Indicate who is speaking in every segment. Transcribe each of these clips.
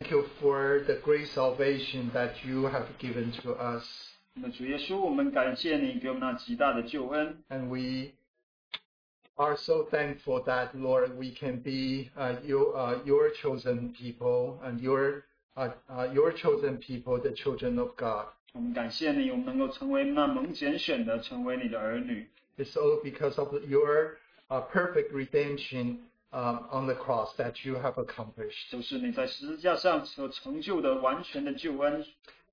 Speaker 1: Thank you for the great salvation that you have given to us.
Speaker 2: 那主耶稣，我们感谢你给我们那极大的救恩，
Speaker 1: And we are so thankful that, Lord, we can be uh, you, uh, your chosen people and your, uh, uh, your chosen people, the children of God.
Speaker 2: 我们感谢你，我们能够成为那蒙拣选的，成为你的儿女。
Speaker 1: It's all because of your uh, perfect redemption um, on the cross that you have accomplished.
Speaker 2: 就是你在十字架上所成就的完全的救恩。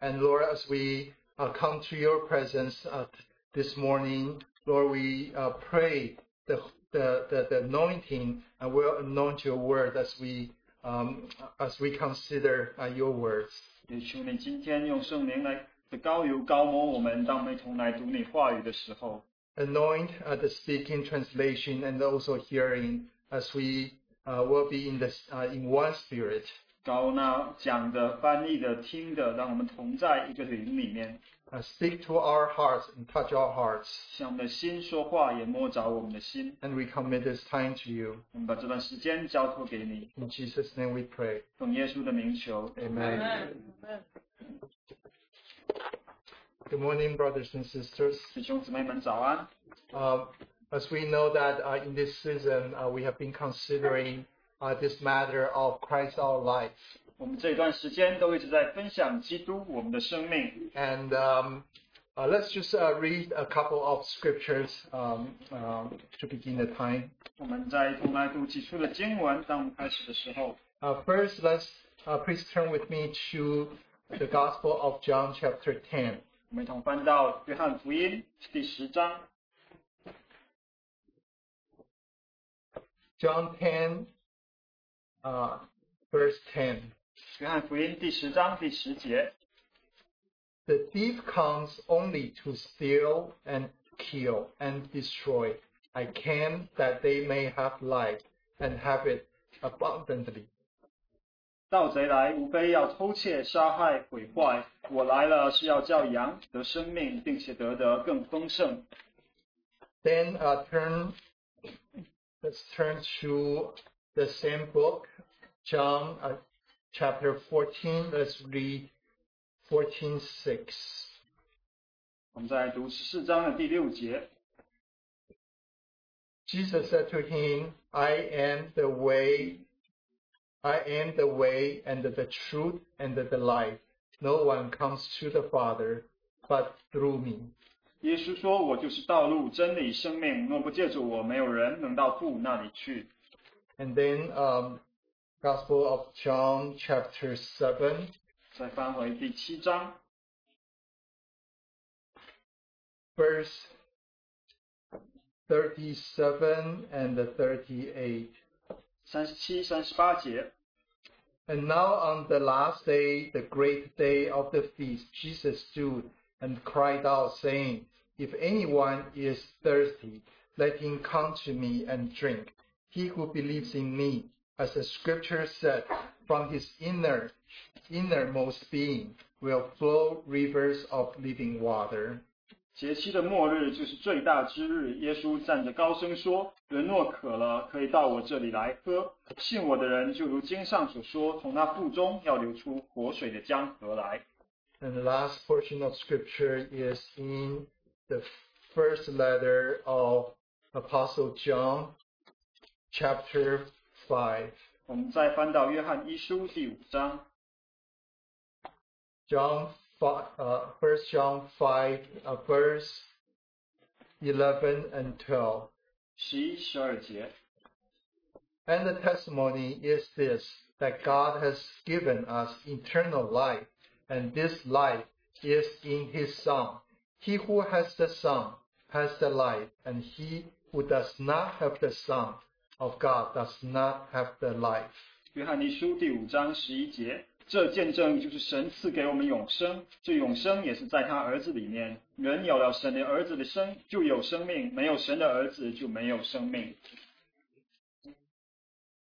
Speaker 1: And Lord, as we uh, come to your presence uh, this morning, Lord, we uh, pray the, the, the, the anointing and we'll anoint your word as we, um, as we consider uh, your words.
Speaker 2: 也求你今天用圣灵来的高油高抹我们，当我们一同来读你话语的时候，
Speaker 1: Anoint uh, the speaking, translation, and also hearing as we uh, will be in, this, uh, in one spirit.
Speaker 2: 高那讲的、翻译的、听的，让我们同在一个灵里面，
Speaker 1: Uh, speak to our hearts and touch our hearts.
Speaker 2: 向我们的心说话，也摸着我们的心。
Speaker 1: And we commit this time to you.
Speaker 2: 我们把这段时间交托给你，
Speaker 1: In Jesus' name we pray.
Speaker 2: 奉耶稣的名求，
Speaker 1: Amen. Good morning, brothers and sisters.
Speaker 2: 弟兄姊妹们早安。
Speaker 1: Um, as we know that uh, in this season, uh, we have been considering uh, this matter of Christ our life.
Speaker 2: 我们这一段时间都一直在分享基督我们的生命，
Speaker 1: And um, uh, let's just uh, read a couple of scriptures um, um, to begin the time.
Speaker 2: 我们在一同来读起初的经文。当我们开始的时候，
Speaker 1: Uh, first, let's uh, please turn with me to the Gospel of John, chapter 10.
Speaker 2: 我们一同翻到约翰福音第十章，
Speaker 1: John 10, uh, verse 10.
Speaker 2: 约翰福音第十章第十节，
Speaker 1: The thief comes only to steal and kill and destroy. I came that they may have life and have it abundantly.
Speaker 2: 盗贼来，无非要偷窃、杀害、毁坏。我来了，是要叫羊得生命，并且得得更丰盛。
Speaker 1: Then uh, turn, let's turn to the same book, John uh, chapter 14. Let's read 14:6.
Speaker 2: 我们再来读十四章的第六节。
Speaker 1: Jesus said to him, I am the way, I am the way and the truth and the life. No one comes to the Father but through me.
Speaker 2: 耶稣说：“我就是道路、真理、生命。若不借助我，没有人能到父那里去。
Speaker 1: And then, um, Gospel of John, chapter 7. ”
Speaker 2: 再翻回第七章，
Speaker 1: verse 37 and the 38.
Speaker 2: 三十七、三十八节。
Speaker 1: And now on the last day, the great day of the feast, Jesus stood and cried out, saying, If anyone is thirsty, let him come to me and drink. He who believes in me, as the scripture said, from his inner innermost being will flow rivers of living water.
Speaker 2: 节期的末日就是最大之日。耶稣站着高声说：“人若渴了，可以到我这里来喝。信我的人，就如经上所说，从那腹中要流出活水的江河来。
Speaker 1: And the last portion of scripture is in the first letter of Apostle John, chapter 5. ”
Speaker 2: 我们再翻到约翰一书第五章，
Speaker 1: John 5, uh, 1 John 5, uh, verse 11 and 12.
Speaker 2: 十一、十二节。
Speaker 1: And the testimony is this that God has given us eternal life, and this life is in his Son. He who has the Son has the life, and he who does not have the Son of God does not have the life.
Speaker 2: 约翰一书第五章十一节，这见证就是神赐给我们永生，这永生也是在他儿子里面。人有了神的儿子的生，就有生命；没有神的儿子，就没有生命。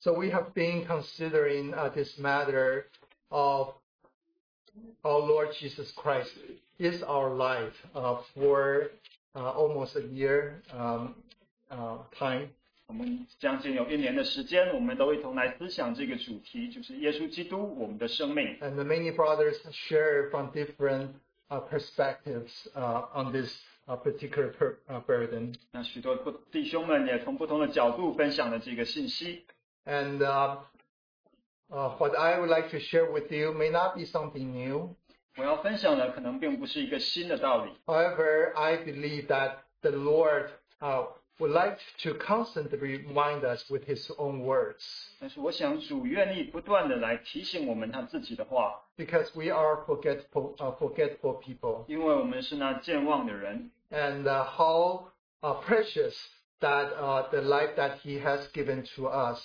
Speaker 1: So we have been considering uh, this matter of our Lord Jesus Christ is our life uh, for uh, almost a year um, uh, time.
Speaker 2: 我们将近有一年的时间，我们都一同来思想这个主题，就是耶稣基督，我们的生命。
Speaker 1: And the many brothers share from different uh, perspectives uh, on this uh, particular per, uh, burden.
Speaker 2: 那许多不弟兄们也从不同的角度分享了这个信息。
Speaker 1: And uh, uh, what I would like to share with you may not be something new.
Speaker 2: 我要分享的可能并不是一个新的道理，
Speaker 1: However, I believe that the Lord uh, would like to constantly remind us with His own words
Speaker 2: 但是我想主愿意不断的来提醒我们他自己的话，
Speaker 1: because we are forgetful, uh, forgetful people.
Speaker 2: 因为我们是那健忘的人，
Speaker 1: and uh, how uh, precious that uh, the life that He has given to us.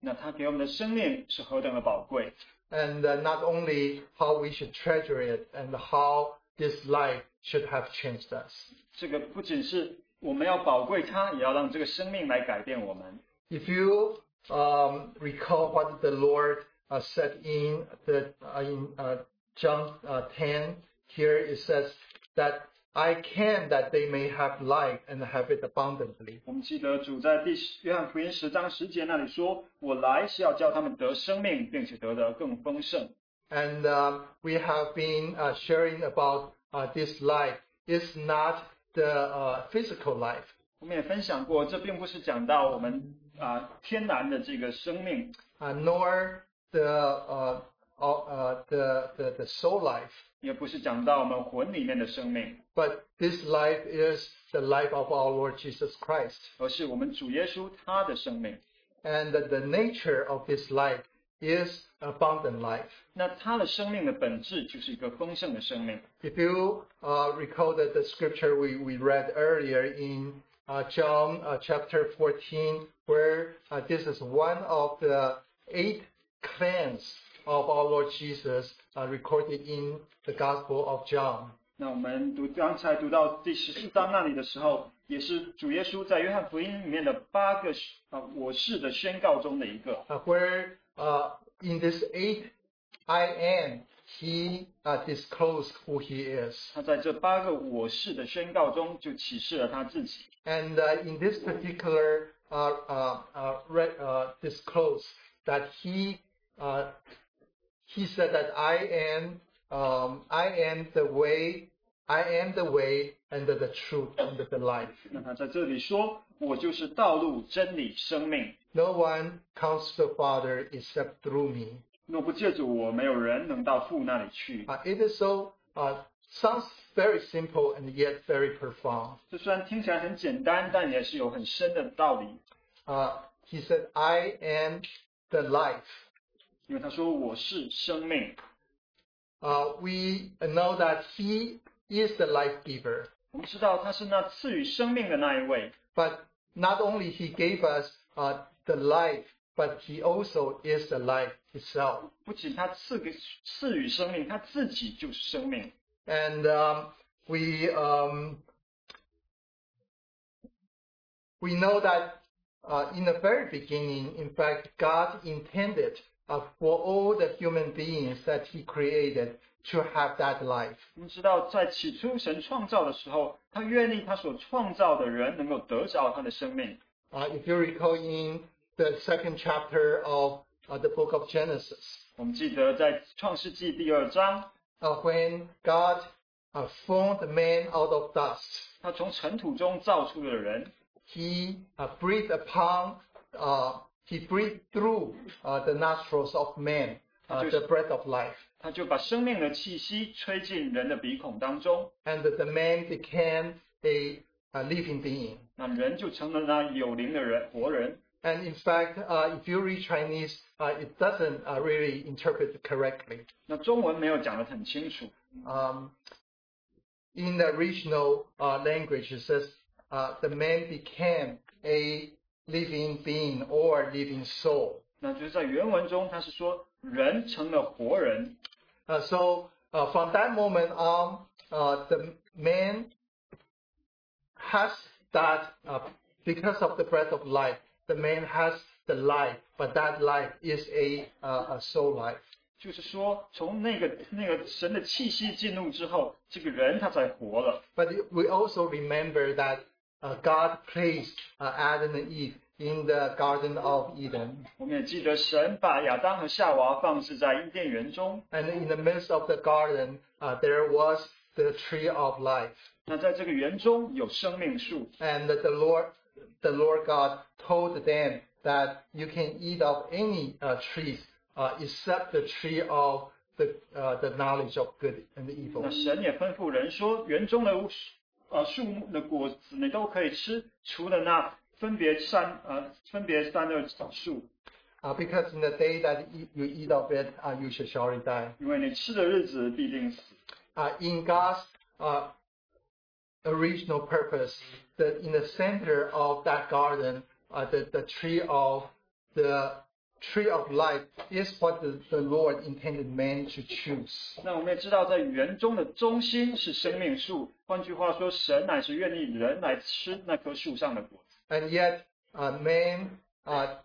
Speaker 2: 那他给我们的生命是何等的宝贵。
Speaker 1: And uh, not only how we should treasure it and how this life should have changed us.
Speaker 2: 这个不仅是我们要宝贵它，也要让这个生命来改变我们。
Speaker 1: If you um, recall what the Lord uh, said in the uh, in uh, John uh, 10, here it says that I came that they may have life and have it abundantly.
Speaker 2: 我们记得主在第十约翰福音十章十节那里说：“我来是要叫他们得生命，并且得得更丰盛。
Speaker 1: And um, we have been uh, sharing about uh, this life. It's not the uh, physical life. ”
Speaker 2: 我们也分享过，这并不是讲到我们啊、天然的这个生命，
Speaker 1: uh, nor the uh, uh, uh, the, the the soul life,
Speaker 2: 也不是讲到我们魂里面的生命，
Speaker 1: but this life is the life of our Lord Jesus Christ,
Speaker 2: 而是我们主耶稣他的生命。
Speaker 1: and that the nature of this life is abundant life.
Speaker 2: 那他的生命的本质就是一个丰盛的生命。
Speaker 1: If you uh, recall that the scripture we, we read earlier in uh, John uh, chapter 14, where uh, this is one of the eight claims of our Lord Jesus uh, recorded in the Gospel of John.
Speaker 2: 那我们读刚才读到第十四章那里的时候，也是主耶稣在约翰福音里面的八个啊我是的宣告中的一个。
Speaker 1: uh, where uh, in this eight I am, he uh, disclosed who he is.
Speaker 2: 他在这八个我是的宣告中就启示了他自己。
Speaker 1: And uh, in this particular uh, uh, uh, re- uh, disclose that he uh, he said that I am um, I am the way, I am the way, and the, the truth, and the, the life.
Speaker 2: 那他在这里说：“我就是道路、真理、生命。
Speaker 1: No one comes to the Father except through me.
Speaker 2: 若不借助我，没有人能到父那里去。
Speaker 1: Uh, it is so uh, sounds very simple and yet very profound. ”
Speaker 2: 这虽然听起来很简单，但也是有很深的道理。
Speaker 1: Uh, he said, I am the life.
Speaker 2: 因为他说：“我是生命。
Speaker 1: Uh, we know that he is the life giver, ”
Speaker 2: 我们知道他是那赐予生命的那一位，
Speaker 1: but not only he gave us uh, the life, but he also is the life itself.
Speaker 2: 不仅他赐给赐予生命，他自己就是生命。
Speaker 1: And um, we um, we know that uh, in the very beginning, in fact, God intended uh, for all the human beings that He created to have that life.
Speaker 2: 我们知道，在起初神创造的时候，他愿意他所创造的人能够得着他的生命。
Speaker 1: Uh, if you recall in the second chapter of uh, the book of Genesis,
Speaker 2: 我们记得在创世纪第二章，
Speaker 1: uh, when God uh, formed man out of dust,
Speaker 2: 他从尘土中造出了人，
Speaker 1: he uh, breathed upon, uh, he breathed through uh, the nostrils of man uh, the breath of life.
Speaker 2: 他就把生命的气息吹进人的鼻孔当中，
Speaker 1: And the man became a, a living being.
Speaker 2: 那人就成了那有灵的人，活人。
Speaker 1: And in fact, uh, if you read Chinese, uh, it doesn't uh, really interpret correctly.
Speaker 2: 那中文没有讲得很清楚，
Speaker 1: um, in the original uh, language, it says uh, the man became a living being or living soul.
Speaker 2: 那就是在原文中，他是说人成了活人，
Speaker 1: Uh, so uh, from that moment on, uh, the man has that uh, because of the breath of life. The man has the life, but that life is a, uh, a soul life.
Speaker 2: 就是说从那个那个神的气息进入之后，这个人他才活了。
Speaker 1: But we also remember that uh, God placed uh, Adam and Eve in the Garden of Eden.
Speaker 2: 我们也记得神把亚当和夏娃放置在伊甸园中，
Speaker 1: And in the midst of the garden, uh, there was the tree of life.
Speaker 2: 那在这个园中有生命树，
Speaker 1: And the Lord, the Lord God told them that you can eat of any uh, trees uh, except the tree of the, uh, the knowledge of good and evil.
Speaker 2: 那神也吩咐人说，园中的呃树木的果子你都可以吃，除了那分别善呃分别善恶树，
Speaker 1: Uh, because in the day that e- you eat of it, uh, you shall surely die.
Speaker 2: 因为你吃的日子必定死。
Speaker 1: Uh, in God's uh, original purpose, that in the center of that garden, uh, the, the tree of the tree of life is what the, the Lord intended man to choose.
Speaker 2: 那我们也知道，在园中的中心是生命树，换句话说，神乃是愿意人来吃那棵树上的果子。
Speaker 1: And yet, uh, man uh,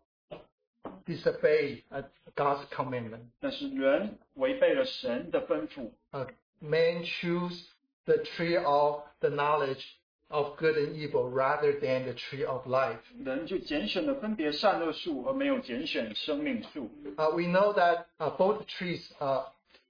Speaker 1: disobeyed uh, God's commandment.
Speaker 2: 但是人违背了神的吩咐，
Speaker 1: Uh, man chose the tree of the knowledge of good and evil rather than the tree of life.
Speaker 2: 人就拣选了分别善恶树，而没有拣选生命树。
Speaker 1: Uh, we know that uh, both trees uh,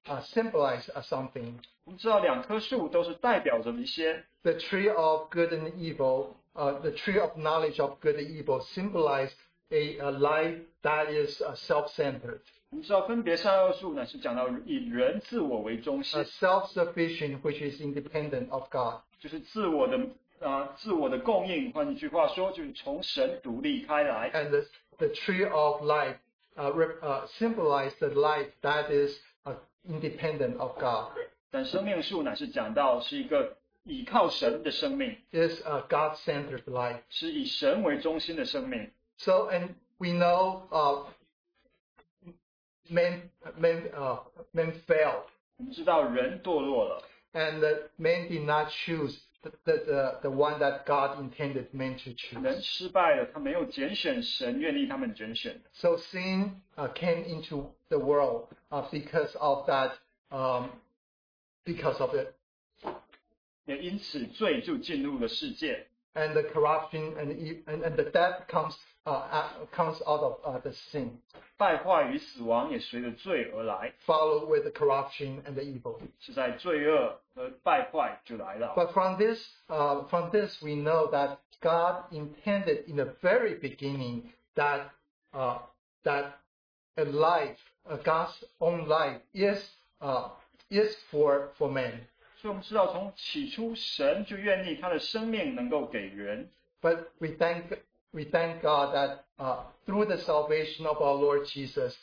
Speaker 1: uh, symbolize uh, something.
Speaker 2: 我们知道，两棵树都是代表着一些
Speaker 1: The tree of good and evil, uh, the tree of knowledge of good and evil, symbolize a, a life that is uh, self-centered,
Speaker 2: 我们知道，分别善恶术呢是讲到以人自我为中
Speaker 1: uh,
Speaker 2: 心，
Speaker 1: self-sufficient, which is independent of God.
Speaker 2: 就是自我的啊、自我的供应。换一句话说，就是从神独立开来。
Speaker 1: And the, the tree of life uh, rep, uh, symbolize the life that is uh, independent of God.
Speaker 2: 但生命树呢是讲到是一个倚靠神的生命，
Speaker 1: It's a uh, God-centered life.
Speaker 2: 是以神为中心的生命。
Speaker 1: So, and we know uh, man, man, uh, man failed,
Speaker 2: 我们知道人堕落了，
Speaker 1: and that man did not choose the, the, the, the one that God intended man to
Speaker 2: 人
Speaker 1: choose.
Speaker 2: 失败了，他没有拣选神愿意他们拣选的。
Speaker 1: So sin uh, came into the world uh, because of that, um, because of it,
Speaker 2: 也因此，罪就进入了世界，
Speaker 1: and the corruption and e- and, and the death comes uh, uh, comes out of uh, the sin,
Speaker 2: 败坏与死亡也随着罪而来，
Speaker 1: followed with the corruption and the evil.
Speaker 2: 是在罪恶和败坏就来了。
Speaker 1: But from this, uh, from this, we know that God intended in the very beginning that uh, that a life, uh, God's own life, is uh, is for for man.
Speaker 2: 所以我们知道，从起初神就愿意他的生命能够给人，
Speaker 1: But we thank we thank God that uh, through the salvation of our Lord Jesus,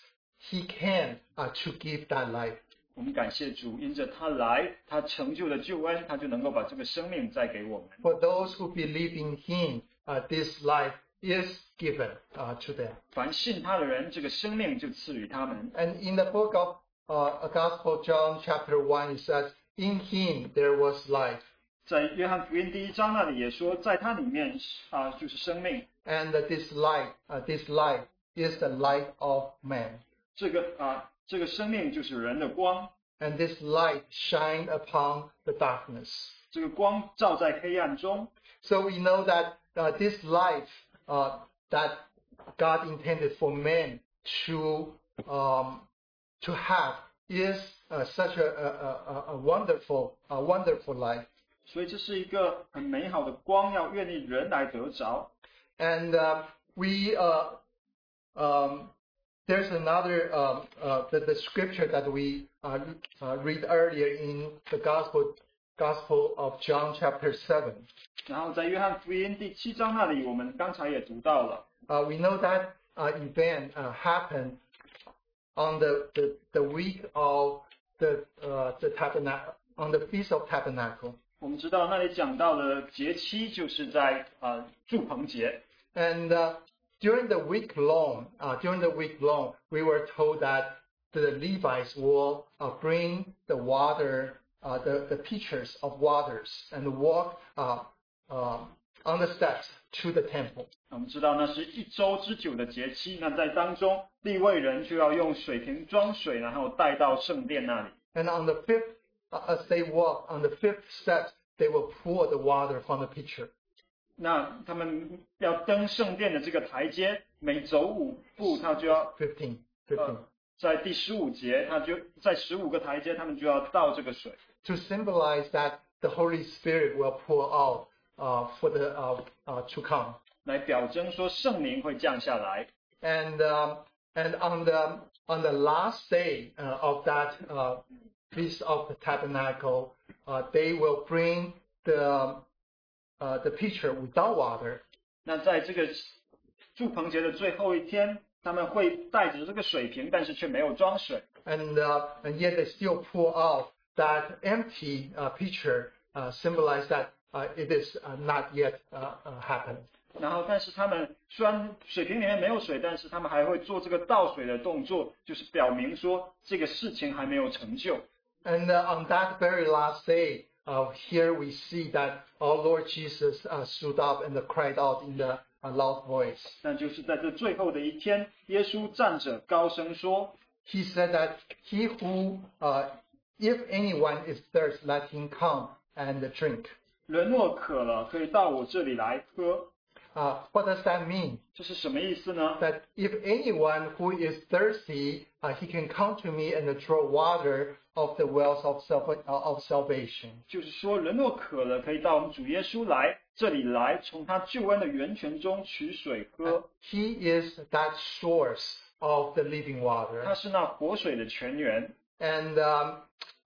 Speaker 1: He can uh, to give that life.
Speaker 2: 我们感谢主，因着他来，他成就了救恩，他就能够把这个生命再给我们。
Speaker 1: For those who believe in Him, uh, this life is given uh, to them.
Speaker 2: 凡信他的人，这个生命就赐予他们。
Speaker 1: And in the book of uh, Gospel of John, chapter 1, it says, In him there was life,
Speaker 2: 在约翰福音第一章那里也说，在他里面啊、就是生命。
Speaker 1: and that this light, uh, this light is the light of man.
Speaker 2: 这个啊、这个生命就是人的光，
Speaker 1: And this light shine upon the darkness.
Speaker 2: 这个光照在黑暗中。
Speaker 1: So we know that uh, this life uh, that God intended for man to um, to have is uh, such a, a, a, a wonderful, a wonderful life.
Speaker 2: 所以这是一个很美好的光，要愿意人来得着。
Speaker 1: And uh, we uh, um, there's another um, uh, the, the scripture that we uh, uh, read earlier in the gospel gospel of John chapter seven.
Speaker 2: 然后在约翰福音第七章那里，我们刚才也读到了，
Speaker 1: Uh, we know that uh, event uh, happened on the, the, the week of the uh, the tabernacle on the feast of tabernacle.
Speaker 2: 我们知道那里讲到的节期就是在啊祝棚节，
Speaker 1: And uh, during the week long, uh, during the week long, we were told that the Levites will uh, bring the water, uh, the, the pitchers of waters, and walk uh, uh, on the steps to the temple.
Speaker 2: 我们知道那是一周之久的节期，那在当中立位人就要用水瓶装水，然后带到圣殿那里。
Speaker 1: And on the fifth, uh, as they walk on the fifth step, they will pour the water from the pitcher.
Speaker 2: 那他们要登圣殿的这个台阶，每走五步，他就要
Speaker 1: fifteen, fifteen.
Speaker 2: 在第十五节，他就在十五个台阶，他们就要倒这个水，
Speaker 1: to symbolize that the Holy Spirit will pour out uh, for the uh, uh, to come.
Speaker 2: 来表征说圣灵会降下来。
Speaker 1: And um, and on the on the last day uh, of that uh, feast of the tabernacle, uh, they will bring the uh, the pitcher without water
Speaker 2: 那在这个祝棚节的最后一天，他们会带着这个水瓶，但是却没有装水，
Speaker 1: and uh, and yet they still pour out that empty uh, pitcher, uh, symbolize that uh, it is uh, not yet uh, uh, happened.
Speaker 2: 然后但是他们虽然水瓶里面没有水，但是他们还会做这个倒水的动作，就是表明说这个事情还没有成就。
Speaker 1: And uh, on that very last day, uh, here we see that our Lord Jesus uh, stood up and cried out in the a loud voice.
Speaker 2: 那就是在这最后的一天，耶稣站着高声说
Speaker 1: He said that he who, uh, if anyone is thirsty, let him come and drink.：“
Speaker 2: 人若渴了，可以到我这里来喝。
Speaker 1: Uh, what does that mean? ”
Speaker 2: 这是什么意思呢？
Speaker 1: That if anyone who is thirsty, uh, he can come to me and draw water of the wells of, self- uh, of salvation.
Speaker 2: 就是说，人若渴了，可以到我们主耶稣来这里来，从他救恩的源泉中取水喝。
Speaker 1: He is that source of the living water.
Speaker 2: 他是那活水的泉源。
Speaker 1: And um,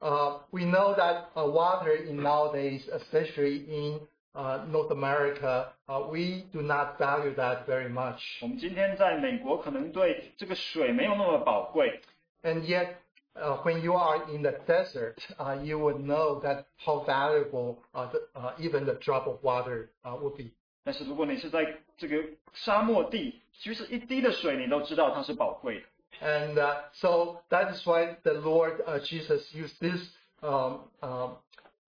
Speaker 1: uh, we know that uh, water in nowadays, especially in uh, North America, uh, we do not value that very much.
Speaker 2: 我们今天在美国可能对这个水没有那么宝贵，
Speaker 1: And yet, uh, when you are in the desert, uh, you would know that how valuable uh, the, uh, even the drop of water uh, would be.
Speaker 2: 但是如果你是在这个沙漠地，其实一滴的水你都知道它是宝贵的。
Speaker 1: And uh, so that is why the Lord uh, Jesus used this um, um,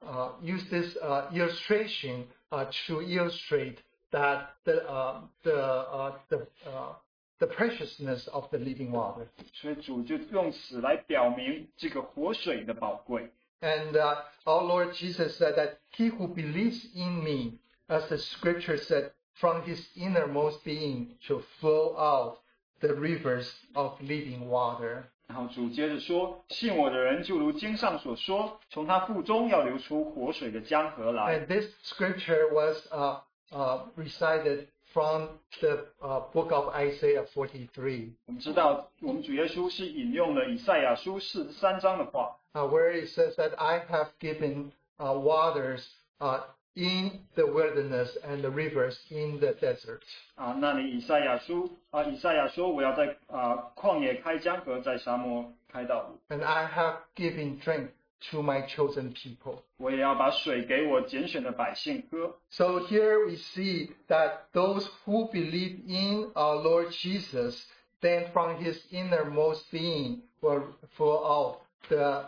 Speaker 1: uh, used this uh, illustration uh, to illustrate that the uh, the uh, the uh, the preciousness of the living water.
Speaker 2: 所以主就用此来表明这个活水的宝贵。
Speaker 1: And uh, our Lord Jesus said that he who believes in me, as the Scripture said, from his innermost being shall flow out the rivers of living water.
Speaker 2: 然后主接着说：“信我的人，就如经上所说，从他腹中要流出活水的江河来。
Speaker 1: And this scripture was uh, uh, recited from the uh, book of Isaiah 43, ”
Speaker 2: 我们知道，我们主耶稣是引用了以赛亚书四十三章的话，
Speaker 1: uh, where it says that I have given uh, waters uh, in the wilderness and the rivers in the desert.
Speaker 2: 啊，那里以赛亚书啊，以赛亚说我要在啊旷野开江河，在沙漠开道路，
Speaker 1: And I have given drink to my chosen people.
Speaker 2: 我也要把水给我拣选的百姓喝。
Speaker 1: So here we see that those who believe in our Lord Jesus, then from his innermost being will flow out the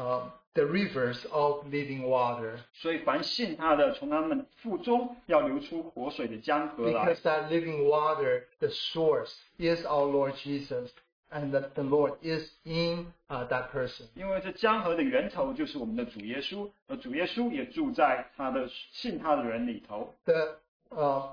Speaker 1: um, the rivers of living water,
Speaker 2: 所以凡信他的，从他们腹中要流出活水的江河来
Speaker 1: because。that living water, the source, is our Lord Jesus, and that the Lord is in uh, that person.
Speaker 2: 因为这江河的源头就是我们的主耶稣，而主耶稣也住在他的信他的人里头。
Speaker 1: The uh,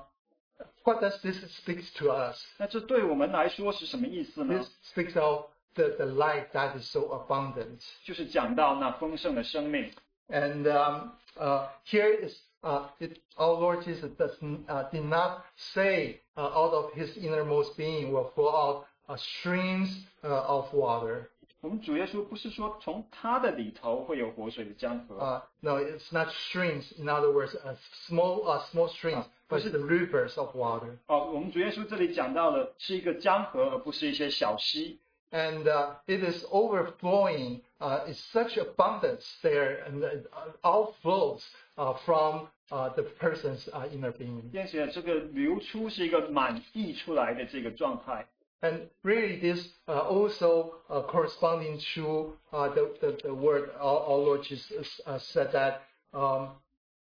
Speaker 1: what does this speaks to us?
Speaker 2: 那这对我们来说是什么意思呢
Speaker 1: This？speaks of the, the life that is so abundant.
Speaker 2: 就是讲到那丰盛的生命。
Speaker 1: And um, uh, here is uh, it, our Lord Jesus does, n- uh, did not say uh, out of his innermost being will flow out uh, streams uh, of water.
Speaker 2: 我们主耶稣不是说从他的里头会有活水的江河，
Speaker 1: Uh, no, it's not streams. In other words, uh, small uh, small streams, but the rivers of water.
Speaker 2: 哦，我们主耶稣这里讲到的是一个江河，而不是一些小溪。
Speaker 1: And uh, it is overflowing. Uh, it's such abundance there, and it uh, outflows uh, from uh, the person's uh, inner being.
Speaker 2: 并且这个流出是一个满溢出来的这个状态，
Speaker 1: And really, this uh, also uh, corresponding to uh, the, the, the word our, our Lord Jesus uh, said that um,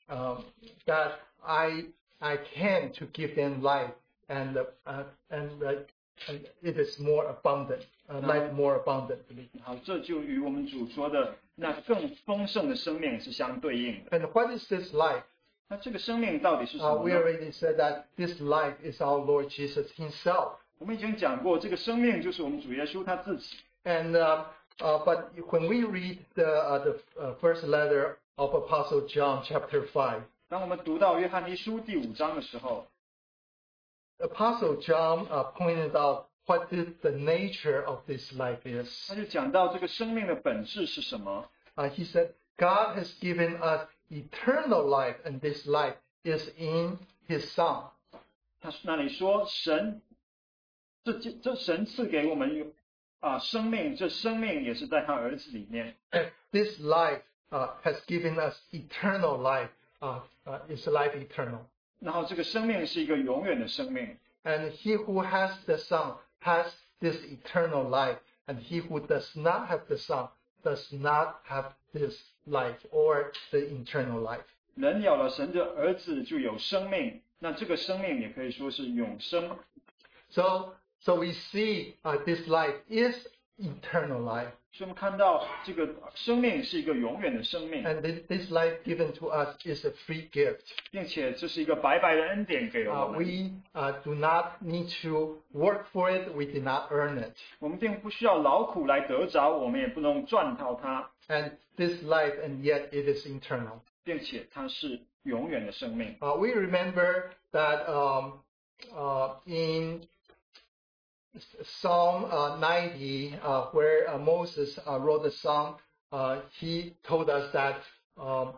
Speaker 1: um, that I I came to give them life and uh, and, uh, and it is more abundant, uh, life more abundantly.
Speaker 2: 好，这就与我们主说的那更丰盛的生命是相对应的。
Speaker 1: And what is this life?
Speaker 2: 那这个生命到底是什
Speaker 1: Uh,
Speaker 2: 么
Speaker 1: we
Speaker 2: 呢？
Speaker 1: already said that this life is our Lord Jesus Himself.
Speaker 2: 我们已经讲过，这个生命就是我们主耶稣他自己。
Speaker 1: And uh, uh, but when we read the uh, the uh, first letter of Apostle John, chapter five,
Speaker 2: 当我们读到约翰一书第五章的时候，
Speaker 1: Apostle John uh, pointed out what is the nature of this life is.
Speaker 2: 他就讲到这个生命的本质是什么。
Speaker 1: Uh, he said, God has given us eternal life, and this life is in His Son.
Speaker 2: 他那里说，神这这这神赐给我们有啊生命，这生命也是在他儿子里面。
Speaker 1: And this life uh, has given us eternal life. Uh, uh, is life eternal.
Speaker 2: 然后这个生命是一个永远的生命，
Speaker 1: And he who has the Son has this eternal life, and he who does not have the Son does not have this life or the eternal life.
Speaker 2: 人有了神的儿子就有生命，那这个生命也可以说是永生。
Speaker 1: So, so we see uh, this life is eternal life,
Speaker 2: 所以我们看到这个生命是一个永远的生命，
Speaker 1: and this, this life given to us is a free gift.
Speaker 2: 并且这是一个白白的恩典给了
Speaker 1: Uh,
Speaker 2: 我们，
Speaker 1: we uh, do not need to work for it. We did not earn it.
Speaker 2: 我们并不需要劳苦来得着，我们也不能赚到它，
Speaker 1: And this life, and yet it is eternal.
Speaker 2: 并且它是永远的生命。
Speaker 1: Uh, we remember that um, uh, in Psalm uh, 90, uh, where uh, Moses uh, wrote the psalm, uh, he told us that um,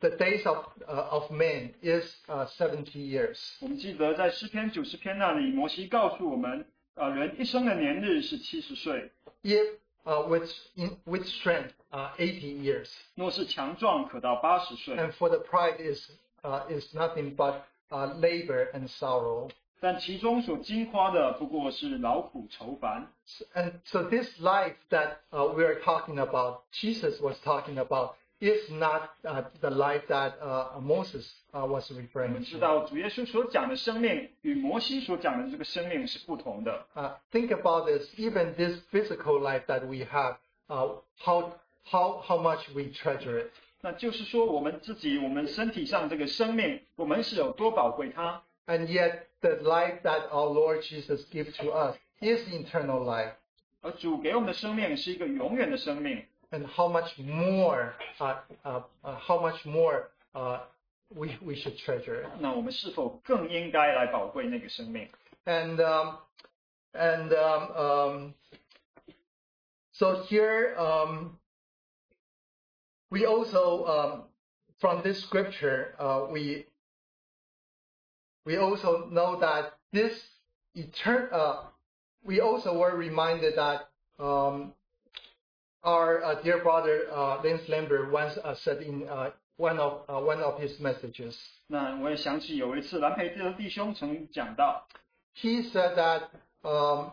Speaker 1: the days of uh, of man is uh, 70 years.
Speaker 2: 我们记得在诗篇九十篇那里，摩西告诉我们，啊，人一生的年日是七十岁，
Speaker 1: If uh, with in, with strength, uh, 80 years.
Speaker 2: 若是强壮，可到八十岁。
Speaker 1: And for the pride is uh, is nothing but uh, labor and sorrow.
Speaker 2: 但其中所经夸的，不过是劳苦愁烦。
Speaker 1: And so this life that uh, we are talking about, Jesus was talking about, is not uh, the life that uh, Moses uh, was
Speaker 2: 我
Speaker 1: referring
Speaker 2: 们知
Speaker 1: to.
Speaker 2: 道主耶稣所讲的生命与摩西所讲的这个生命是不同的。
Speaker 1: Uh, think about this. Even this physical life that we have, uh, how how how much we treasure it.
Speaker 2: 那就是说，我们自己，我们身体上这个生命，我们是有多宝贵它。
Speaker 1: And yet, the life that our Lord Jesus gives to us is eternal life.
Speaker 2: 而主给我们的生命是一个永远的生命，
Speaker 1: And how much more, uh, uh, uh, how much more uh, we we should treasure it.
Speaker 2: 那我们是否更应该来宝贵那个生命？
Speaker 1: and um, and um, um, so here um, we also um, from this scripture uh, we we also know that this etern uh, we also were reminded that um, our uh, dear brother uh, Lance Lambert once uh, said in uh, one of uh, one of his messages
Speaker 2: 那我也想起有一次蓝培的弟兄曾讲到，
Speaker 1: he said that um,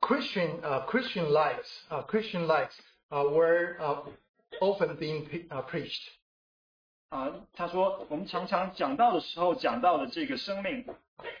Speaker 1: Christian uh, Christian lives uh, Christian lives uh, were uh, often being pre- uh, preached,
Speaker 2: 啊、他说我们常常讲到的时候讲到的这个生命，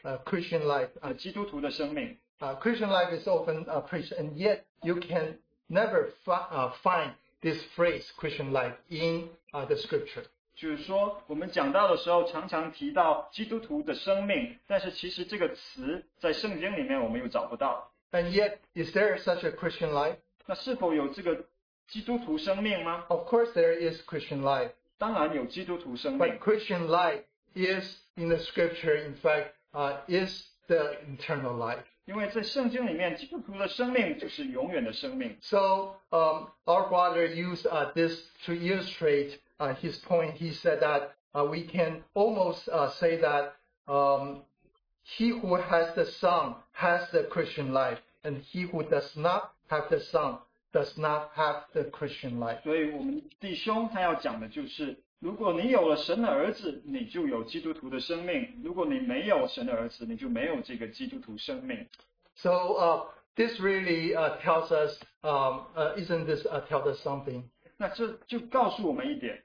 Speaker 1: uh, Christian life.
Speaker 2: 啊、基督徒的生命，
Speaker 1: Uh, Christian life is often uh, preached, and yet you can never fi- uh, find this phrase Christian life in uh, the scripture.
Speaker 2: 就是说我们讲到的时候常常提到基督徒的生命，但是其实这个词在圣经里面我们又找不到。
Speaker 1: And yet, is there such a Christian life?
Speaker 2: 那是否有这个基督徒生命吗？
Speaker 1: Of course, there is Christian life,
Speaker 2: 当然有基督徒生
Speaker 1: but
Speaker 2: 命，
Speaker 1: Christian life is in the scripture. In fact, uh, is the eternal life.
Speaker 2: 因为在圣经里面，基督徒的生命就是永远的生命。
Speaker 1: So um, our brother used uh, this to illustrate uh, his point. He said that uh, we can almost uh, say that um, he who has the son has the Christian life, and he who does not have the son does not have the Christian life.
Speaker 2: 所以，我们弟兄他要讲的就是，如果你有了神的儿子，你就有基督徒的生命；如果你没有神的儿子，你就没有这个基督徒生命。
Speaker 1: So uh, this really uh, tells us, um, uh, isn't this uh, tells us something?
Speaker 2: 那这就告诉我们一点：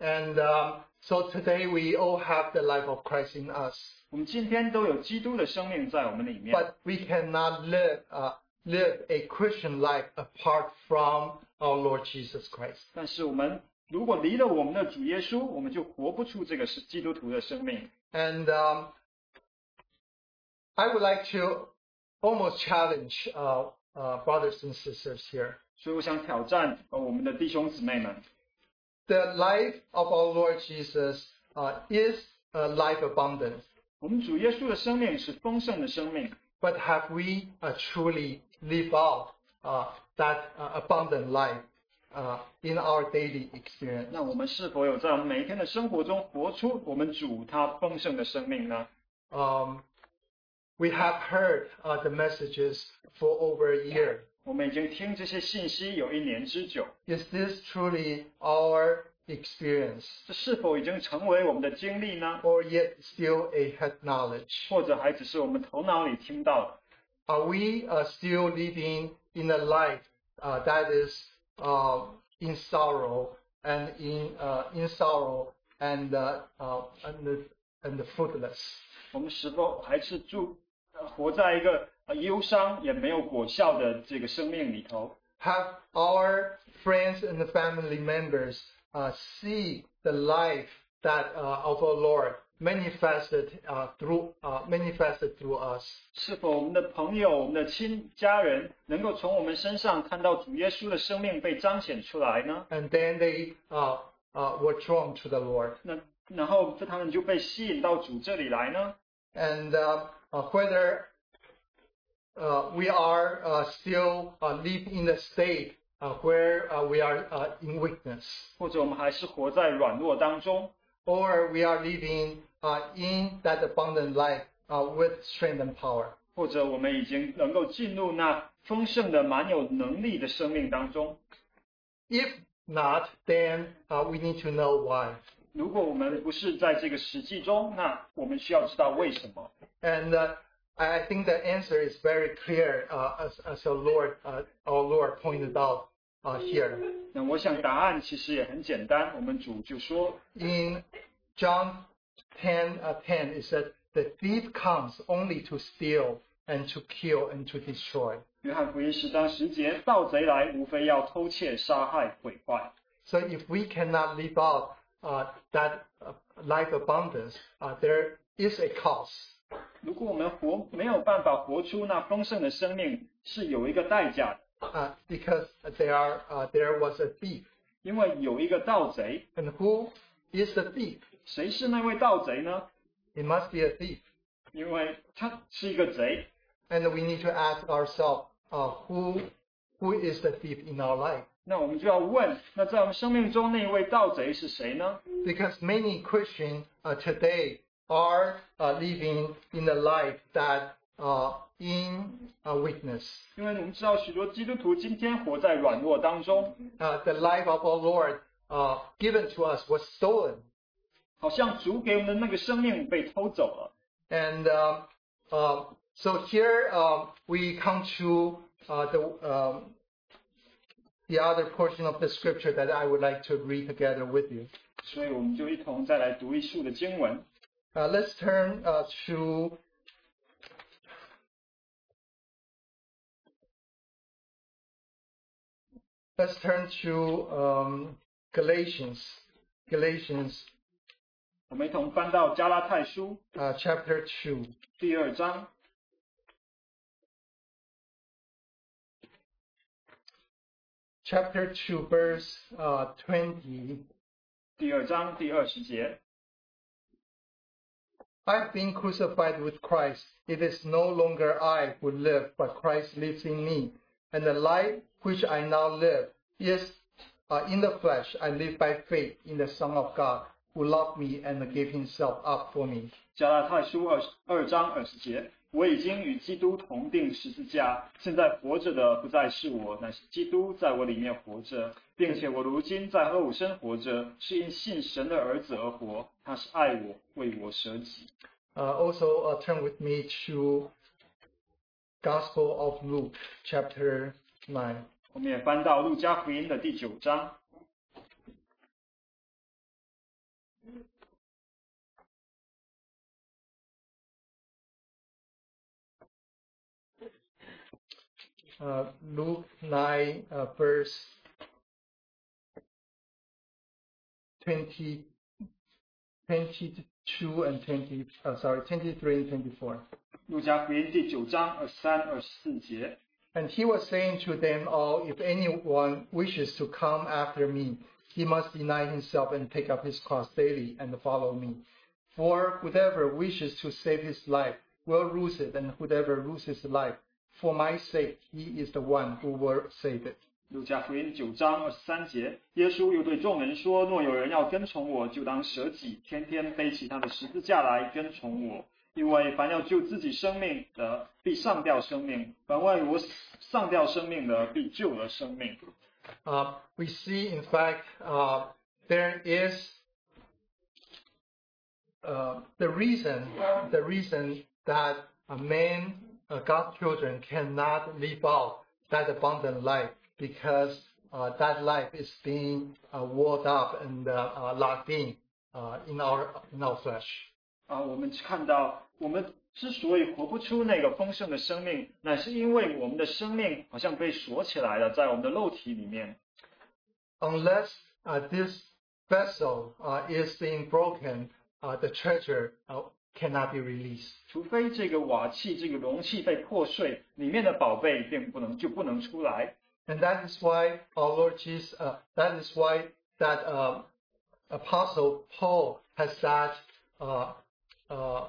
Speaker 1: And um, so today we all have the life of Christ in us.
Speaker 2: 我们今天都有基督的生命在我们里面，
Speaker 1: But we cannot live uh, live a Christian life apart from our Lord Jesus Christ.
Speaker 2: 但是我们如果离了我们的主耶稣，我们就活不出这个是基督徒的生命。
Speaker 1: And um, I would like to almost challenge uh, uh, brothers and sisters here.
Speaker 2: 所以我想挑战呃我们的弟兄姊妹们，
Speaker 1: The life of our Lord Jesus uh, is a life abundance,
Speaker 2: 我们主耶稣的生命是丰盛的生命，
Speaker 1: but have we uh, truly lived out uh, that uh, abundant life uh, in our daily experience?
Speaker 2: 那我们是否有在我们每一天的生活中活出我们主他丰盛的生命呢？
Speaker 1: Um, we have heard uh, the messages for over a year.
Speaker 2: 我们已经听这些信息有一年之久，
Speaker 1: Is this truly our experience,
Speaker 2: 这是否已经成为我们的经历呢？
Speaker 1: or yet still a head knowledge?
Speaker 2: 或者还只是我们头脑里听到的？
Speaker 1: Are we uh, still living in a life uh, that is uh, in sorrow and in uh, in sorrow and uh, uh, and and fruitless?
Speaker 2: 我们是否还是住呃活在一个呃忧伤也没有果效的这个生命里头？
Speaker 1: Have our friends and family members uh, see the life that uh, of our Lord manifested uh, through uh, manifested through us?
Speaker 2: 是否我们的朋友、我们的亲家人能够从我们身上看到主耶稣的生命被彰显出来呢？
Speaker 1: And then they uh, uh, were drawn to the Lord.
Speaker 2: 那然后他们就被吸引到主这里来呢？
Speaker 1: and uh, uh, whether uh, we are uh, still uh, live in the state uh, where uh, we are uh, in weakness,
Speaker 2: 或者我们还是活在软弱当中，
Speaker 1: or we are living uh, in that abundant life uh, with strength and power.
Speaker 2: 或者我们已经能够进入那丰盛的、满有能力的生命当中？
Speaker 1: If not, then uh, we need to know why.
Speaker 2: 如果我们不是在这个实际中，那我们需要知道为什么。
Speaker 1: And uh, I I think the answer is very clear, uh, as, as our Lord, uh, our Lord pointed out uh, here.
Speaker 2: 那我想答案其实也很简单，我们主就说，
Speaker 1: in John 10, uh, 10, it says, the thief comes only to steal and to kill and to destroy.
Speaker 2: 约翰福音十章十节，盗贼来，无非要偷窃、杀害、毁坏。
Speaker 1: So if we cannot live out uh, that uh, life abundance, uh, there is a cost.
Speaker 2: 如果我们活没有办法活出那丰盛的生命，是有一个代价的，
Speaker 1: Uh, because there are uh, there was a thief,
Speaker 2: 因为有一个盗贼。
Speaker 1: and who is the thief?
Speaker 2: 谁是那位盗贼呢？
Speaker 1: It must be a thief,
Speaker 2: 因为他是一个贼。
Speaker 1: and we need to ask ourselves, uh, who who is the thief in our life?
Speaker 2: 那我们就要问，那在我们生命中那一位盗贼是谁呢？
Speaker 1: because many Christians uh, today are uh, living in a life that uh, in uh, weakness.
Speaker 2: 因为我们知道许多基督徒今天活在软弱当中，
Speaker 1: Uh, the life of our Lord uh, given to us was stolen,
Speaker 2: 好像主给我们的那个生命被偷走了。
Speaker 1: and um, uh, so here um, we come to uh, the um, the other portion of the scripture that I would like to read together with you.
Speaker 2: 所以我们就一同再来读一处的经文，
Speaker 1: Uh, let's turn uh, to let's turn to um, Galatians, Galatians
Speaker 2: 我们一同翻到加拉太书
Speaker 1: uh, chapter two.
Speaker 2: 第二章。
Speaker 1: Chapter two, verse uh, twenty.
Speaker 2: 第二章第二十节，
Speaker 1: I've been crucified with Christ. It is no longer I who live, but Christ lives in me. And the life which I now live is uh, in the flesh. I live by faith in the Son of God, who loved me and gave himself up for me.
Speaker 2: 加拉太书二十二章二十节，我已经与基督同定十字架，现在活着的不再是我，乃是基督在我里面活着，并且我如今在和我生活着，是因信神的儿子而活，他是爱我，为我舍己。
Speaker 1: Uh, also, uh, turn with me to Gospel of Luke, chapter 9.
Speaker 2: 我们也翻到路加福音的第九章，
Speaker 1: Uh, Luke 9, uh, verse 20, 22 and 20, uh, sorry, 23 and 24.
Speaker 2: 路加福音第九章二十三、二十四节，
Speaker 1: And he was saying to them all, If anyone wishes to come after me, he must deny himself and take up his cross daily and follow me. For whoever wishes to save his life will lose it, and whoever loses his life for my sake, he is the one who will save it.
Speaker 2: 路加福音九章二十三节，耶稣又对众人说：“若有人要跟从我，就当舍己，天天背起他的十字架来跟从我。因为凡要救自己生命的，必上吊生命；凡为我上吊生命的，必救了生命。
Speaker 1: Uh, we see, in fact, uh, there is uh, the reason, the reason that a man, uh, God's children, cannot live out that abundant life because uh, that life is being uh, walled up and uh, uh, locked in uh, in our in our flesh. ”
Speaker 2: 啊，我们看到，我们之所以活不出那个丰盛的生命，乃是因为我们的生命好像被锁起来了，在我们的肉体里面。
Speaker 1: Unless uh, this vessel uh, is being broken, uh, the treasure uh, cannot be released.
Speaker 2: 除非这个瓦器、这个容器被破碎，里面的宝贝便不能就不能出来。
Speaker 1: And that is why our Lord Jesus, uh, that is why that um, Apostle Paul has that uh, uh,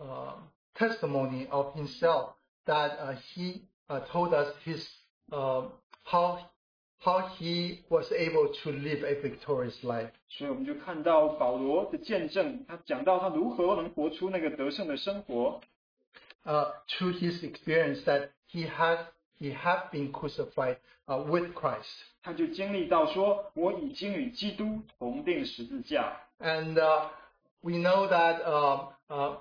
Speaker 1: uh, testimony of himself that uh, he uh, told us his um how how he was able to live a victorious life.
Speaker 2: 所以我们就看到保罗的见证，他讲到他如何能活出那个得胜的生活，
Speaker 1: uh, through his experience that he had he had been crucified uh, with Christ,
Speaker 2: 他就经历到说：“我已经与基督同定十字架。
Speaker 1: and uh, we know that um, uh,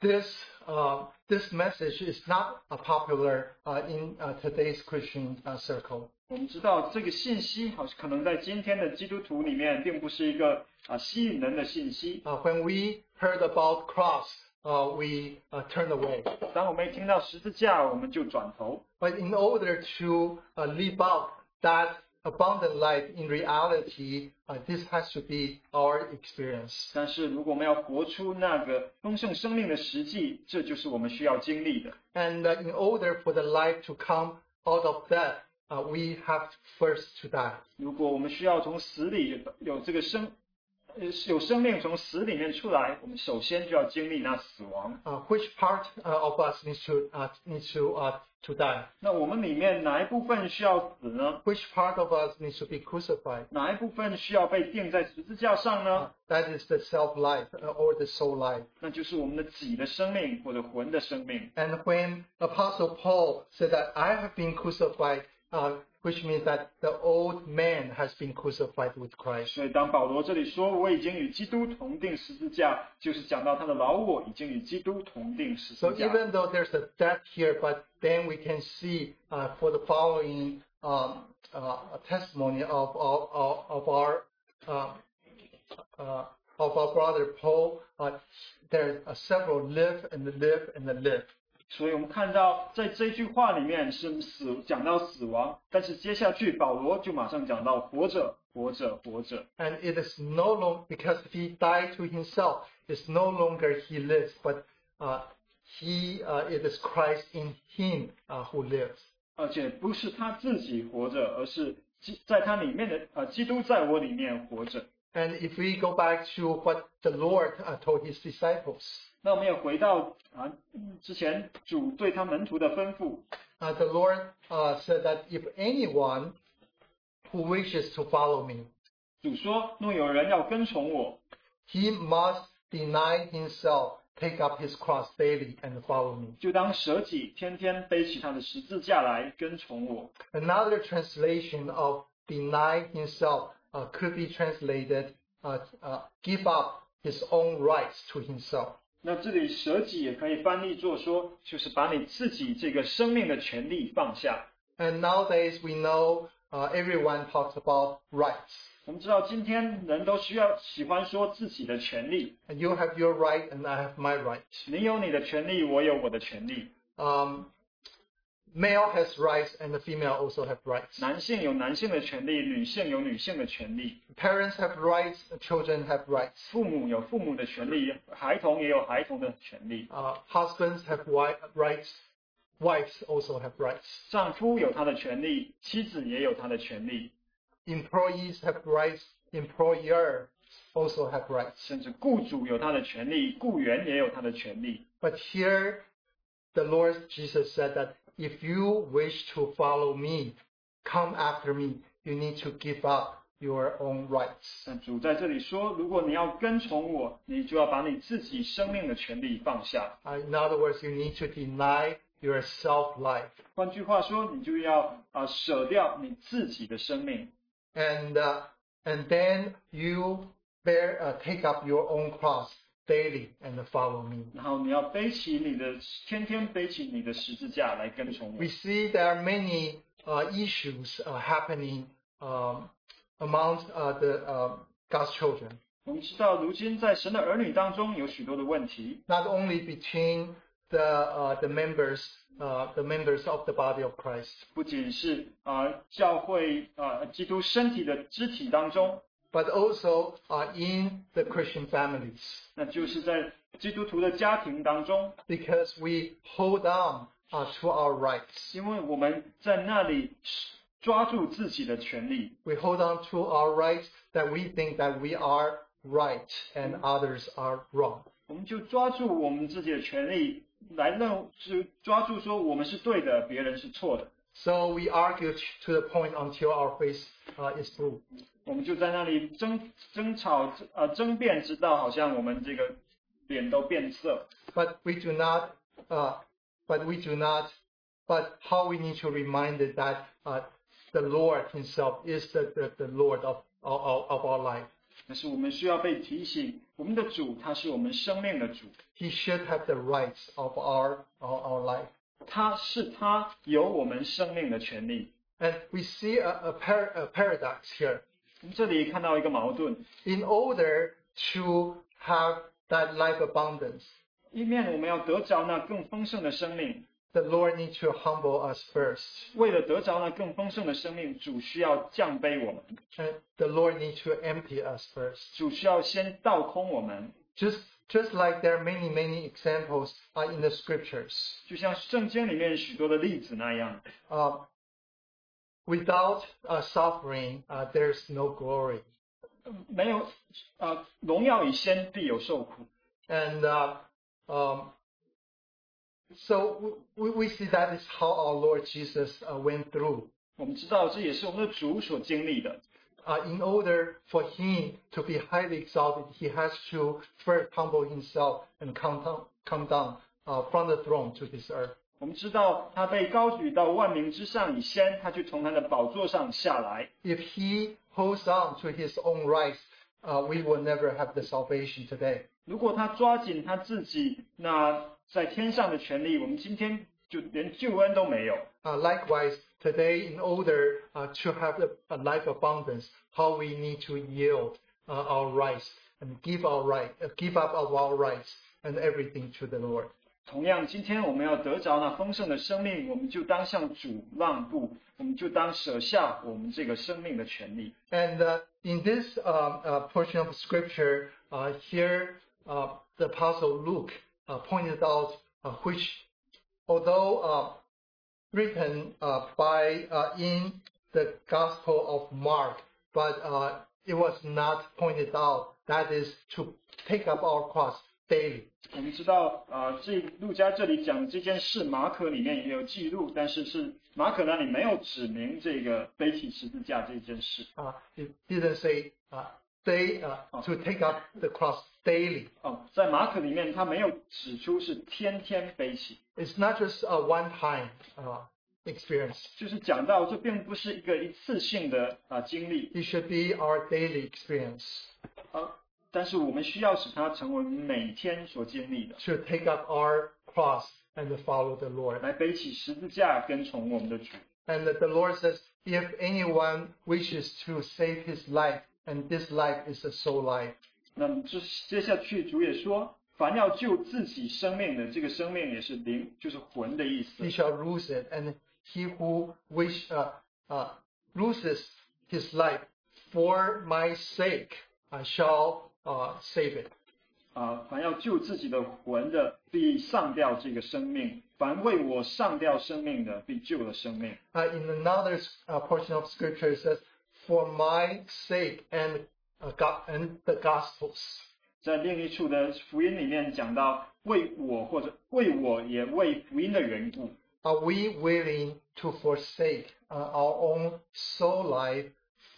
Speaker 1: this uh, this message is not uh, popular uh, in uh, today's Christian uh, circle. ”
Speaker 2: 我们知道这个信息好像可能在今天的基督徒里面，并不是一个啊吸引人的信息。
Speaker 1: Uh, when we heard about cross, uh, we uh, turned away.
Speaker 2: 当我们一听到十字架，我们就转头。
Speaker 1: But in order to uh, live out that abundant life in reality, uh, this has to be our experience.
Speaker 2: 但是如果我们要活出那个丰盛生命的实际，这就是我们需要经历的。
Speaker 1: And uh, in order for the life to come out of death, uh, we have first to die.
Speaker 2: 如果我们需要从死里有这个生，呃，有生命从死里面出来，我们首先就要经历那死亡。
Speaker 1: Uh, which part uh, of us needs to uh, needs to uh, to die?
Speaker 2: 那我们里面哪一部分需要死呢？
Speaker 1: Which part of us needs to be crucified?
Speaker 2: 哪一部分需要被钉在十字架上
Speaker 1: Uh,
Speaker 2: 呢？
Speaker 1: that is the self life uh, or the soul life.
Speaker 2: 那就是我们的己的生命或者魂的生命。
Speaker 1: And when Apostle Paul said that I have been crucified, uh, which means that the old man has been crucified with Christ.
Speaker 2: 所以，当保罗这里说“我已经与基督同定十字架”，就是讲到他的老我已经与基督同定十
Speaker 1: So
Speaker 2: 字架。
Speaker 1: even though there's a death here, but then we can see uh, for the following um, uh, testimony of of, of- of our uh, uh, of our brother Paul, uh, there are several live and live and live.
Speaker 2: 所以我们看到，在这句话里面是死讲到死亡，但是接下去保罗就马上讲到活着，活着，活着。
Speaker 1: And it is no longer because he died to himself. It's no longer he lives, but uh, he uh, it is Christ in him uh, who lives.
Speaker 2: 而且不是他自己活着，而是基在他里面的呃，基督在我里面活着。
Speaker 1: And if we go back to what the Lord uh, told his disciples.
Speaker 2: 那我们也回到啊嗯之前主对他门徒的吩咐，
Speaker 1: Uh, the Lord uh, said that if anyone who wishes to follow me,
Speaker 2: 主说：若有人要跟从我，
Speaker 1: he must deny himself, take up his cross daily, and follow me.
Speaker 2: 就当舍己，天天背起他的十字架来跟从我。
Speaker 1: Another translation of deny himself uh, could be translated uh, uh, give up his own rights to himself.
Speaker 2: 那这里舍己也可以翻译作说，就是把你自己这个生命的权利放下。
Speaker 1: And nowadays we know uh, everyone talks about rights.
Speaker 2: 我们知道，今天人都需要喜欢说自己的权利，
Speaker 1: And you have your right, and I have my right.
Speaker 2: 你有你的权利，我有我的权利。
Speaker 1: Um, male has rights and the female also have rights.
Speaker 2: 男性有男性的权利，女性有女性的权利，
Speaker 1: Parents have rights, children have rights.
Speaker 2: 父母有父母的权利，孩童也有孩童的权利，
Speaker 1: Uh, husbands have wi- rights, wives also have rights.
Speaker 2: 丈夫有他的权利，妻子也有他的权利，
Speaker 1: Employees have rights, employer also have rights.
Speaker 2: 甚至雇主有他的权利，雇员也有他的权利。
Speaker 1: But here, the Lord Jesus said that if you wish to follow me, come after me, you need to give up your own rights.
Speaker 2: 但主在这里说，如果你要跟从我，你就要把你自己生命的权利放下。
Speaker 1: Uh, in other words, you need to deny your self life.
Speaker 2: 换句话说，你就要啊、舍掉你自己的生命，
Speaker 1: and uh, and then you bear uh, take up your own cross daily and follow me.
Speaker 2: 然后你要背起你的，天天背起你的十字架来跟从我
Speaker 1: We。see there are many uh, issues uh, happening um, among uh, the uh, God's children,
Speaker 2: 我们知道，如今在神的儿女当中有许多的问题，
Speaker 1: not only between the uh, the members uh, the members of the body of Christ,
Speaker 2: 不仅是啊、教会啊、基督身体的肢体当中，
Speaker 1: but also uh, in the Christian families,
Speaker 2: 那就是在基督徒的家庭当中，
Speaker 1: because we hold on uh, to our rights.
Speaker 2: 因为我们在那里抓住自己的权利，
Speaker 1: we hold on to our rights that we think that we are right and others are wrong.
Speaker 2: 我们就抓住我们自己的权利来认，就抓住说我们是对的，别人是错的，
Speaker 1: So we argue t- to the point until our face uh, is blue.
Speaker 2: 我们就在那里争争吵，呃，争辩，直到好像我们这个脸都变色。
Speaker 1: But we do not, uh, but we do not, but how we need to remind it that uh, the Lord Himself is the, the, the Lord of, of, of our life.
Speaker 2: 但是我们需要被提醒，我们的主他是我们生命的主，
Speaker 1: He should have the rights of our, our, our life.
Speaker 2: 他是他有我们生命的权利。
Speaker 1: And we see a, a, par- a paradox here.
Speaker 2: 我们这里看到一个矛盾，
Speaker 1: in order to have that life abundance,
Speaker 2: 一面我们要得着那更丰盛的生命，
Speaker 1: the Lord needs to humble us first.
Speaker 2: 为了得着那更丰盛的生命，主需要降卑我们，
Speaker 1: And the Lord needs to empty us first.
Speaker 2: 主需要先倒空我们，
Speaker 1: Just just like there are many, many examples uh, in the scriptures.
Speaker 2: 就像圣经里面许多的例子那样，
Speaker 1: Uh, without uh, suffering, uh, there's no glory.
Speaker 2: 没有呃荣耀以先必有受苦。
Speaker 1: And uh, um, so we, we see that is how our Lord Jesus uh, went through.
Speaker 2: 我们知道这也是我们的主所经历的，
Speaker 1: uh, in order for him to be highly exalted, he has to first humble himself and come down, come down uh, from the throne to this earth.
Speaker 2: 我们知道他被高举到万民之上以先，他就从他的宝座上下来。
Speaker 1: If he holds on to his own rights, uh, we will never have the salvation today.
Speaker 2: 如果他抓紧他自己那在天上的权利，我们今天就连救恩都没有。
Speaker 1: Uh, likewise, today, in order uh, to have a, a life abundance, how we need to yield uh, our rights and give our right, uh, give up of our rights and everything to the Lord.
Speaker 2: 同样，今天我们要得着那丰盛的生命，我们就当向主让步，我们就当舍下我们这个生命的权利。
Speaker 1: And uh, in this um, uh, portion of scripture, uh, here uh, the apostle Luke uh, pointed out uh, which, although uh, written uh, by uh, in the Gospel of Mark, but uh, it was not pointed out. That is to take up our cross daily.
Speaker 2: 我们知道，呃，这陆家这里讲的这件事，马可里面也有记录，但是是马可那里没有指明这个背起十字架这件事。
Speaker 1: Uh, it didn't say uh, day uh, to take up the cross daily.
Speaker 2: 哦，在马可里面，他没有指出是天天背起，
Speaker 1: It's not just a one-time uh, experience.
Speaker 2: 就是讲到这并不是一个一次性的啊、呃经历，
Speaker 1: It should be our daily experience
Speaker 2: 呃，但是我们需要使它成为每天所经历的，
Speaker 1: to take up our cross and to follow the Lord.
Speaker 2: 来背起十字架跟从我们的主。
Speaker 1: And that the Lord says, if anyone wishes to save his life, and this life is the soul life,
Speaker 2: 那么这接下去主也说，凡要救自己生命的，这个生命也是灵，就是魂的意思
Speaker 1: he。shall lose it, and he who wish uh, uh, loses his life for my sake uh, shall uh, save it.
Speaker 2: 啊，凡要救自己的魂的，必上吊这个生命；凡为我上吊生命的，必救了生命。
Speaker 1: Uh, in another uh, portion of scripture, it says, "For my sake and uh, God, and the gospels."
Speaker 2: 在另一处的福音里面讲到，为我或者为我也为福音的缘故，
Speaker 1: Are we willing to forsake uh, our own soul life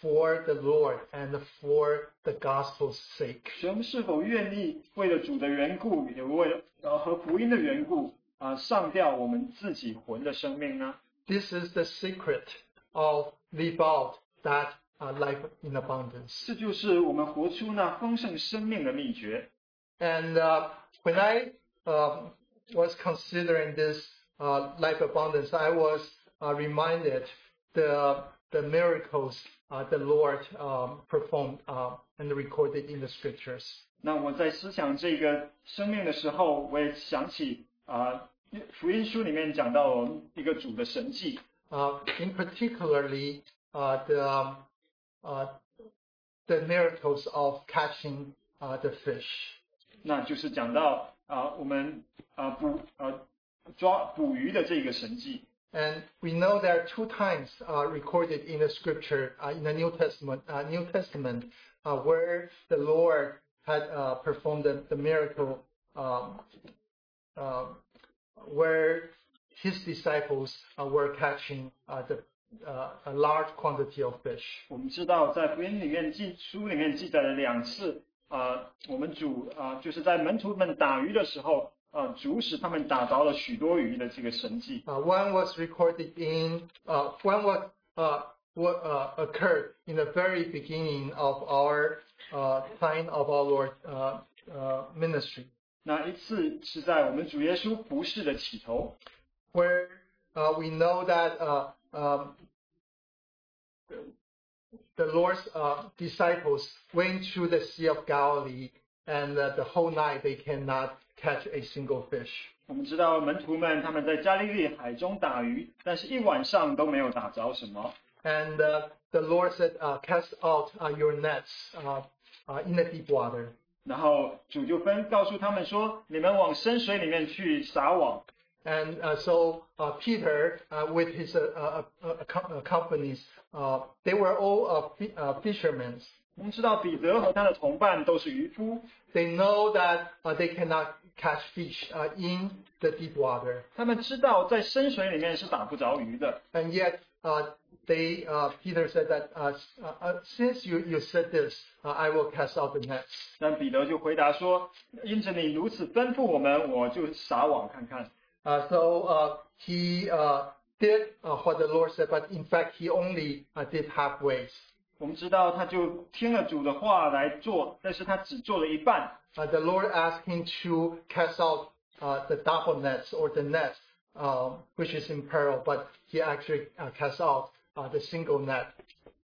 Speaker 1: for the Lord and for the gospel's sake?
Speaker 2: 我们是否愿意为了主的缘故，也为了呃和福音的缘故啊上吊我们自己魂的生命呢？
Speaker 1: This is the secret of live out that uh, life in abundance.
Speaker 2: 这就是我们活出那丰盛生命的秘诀。
Speaker 1: And uh, when I um, was considering this uh, life abundance, I was uh, reminded the the miracles uh, the Lord um, performed uh, and recorded in the scriptures.
Speaker 2: 那我在思想这个生命的时候，我也想起啊、福音书里面讲到一个主的神迹，
Speaker 1: uh, in particularly uh, the um, uh, the miracles of catching uh, the fish.
Speaker 2: 那就是讲到啊、我们啊、捕啊、抓捕鱼的这个神迹。
Speaker 1: And we know there are two times uh, recorded in the scripture uh, in the New Testament, uh, New Testament, uh, where the Lord had uh, performed the, the miracle, um, uh, where his disciples uh, were catching uh, the uh, a large quantity of fish.
Speaker 2: 我们知道在福音里面记书里面记载了两次啊、我们主啊、就是在门徒们打鱼的时候啊、主使他们打着了许多鱼的这个神迹。
Speaker 1: Uh, one was recorded in uh, one was uh, what uh, occurred in the very beginning of our uh, time of our Lord uh, uh, ministry,
Speaker 2: 那一次是在我们主耶稣服饰的起头，
Speaker 1: where uh, we know that uh, um, the Lord's uh, disciples went to the Sea of Galilee, and uh, the whole night they cannot catch a single fish.
Speaker 2: 我们知道门徒们他们在加利利海中打鱼，但是一晚上都没有打着什么。
Speaker 1: And uh, the Lord said, uh, "Cast out uh, your nets uh, uh, in the deep water."
Speaker 2: 然后主就分告诉他们说：“你们往深水里面去撒网。
Speaker 1: And uh, so uh, Peter, uh, with his uh, uh, uh, accom- uh, companies, uh, they were all uh, fi- uh, fishermen. ”
Speaker 2: 我们知道彼得和他的同伴都是渔夫，
Speaker 1: They know that uh, they cannot catch fish uh, in the deep water,
Speaker 2: 他们知道在深水里面是打不着鱼的。
Speaker 1: and yet uh, they uh, Peter said that uh, s- uh, uh, since you, you said this, uh, I will cast out the nets.
Speaker 2: 但彼得就回答说：“因着你如此吩咐我们，我就撒网看看。
Speaker 1: Uh, so uh, he uh, did uh, what the Lord said, but in fact he only uh, did halfway. ”
Speaker 2: 我们知道他就听了主的话来做，但是他只做了一半。
Speaker 1: uh, the Lord asked him to cast out uh, the double nets or the net um, which is in peril, but he actually uh, cast out uh, the single net.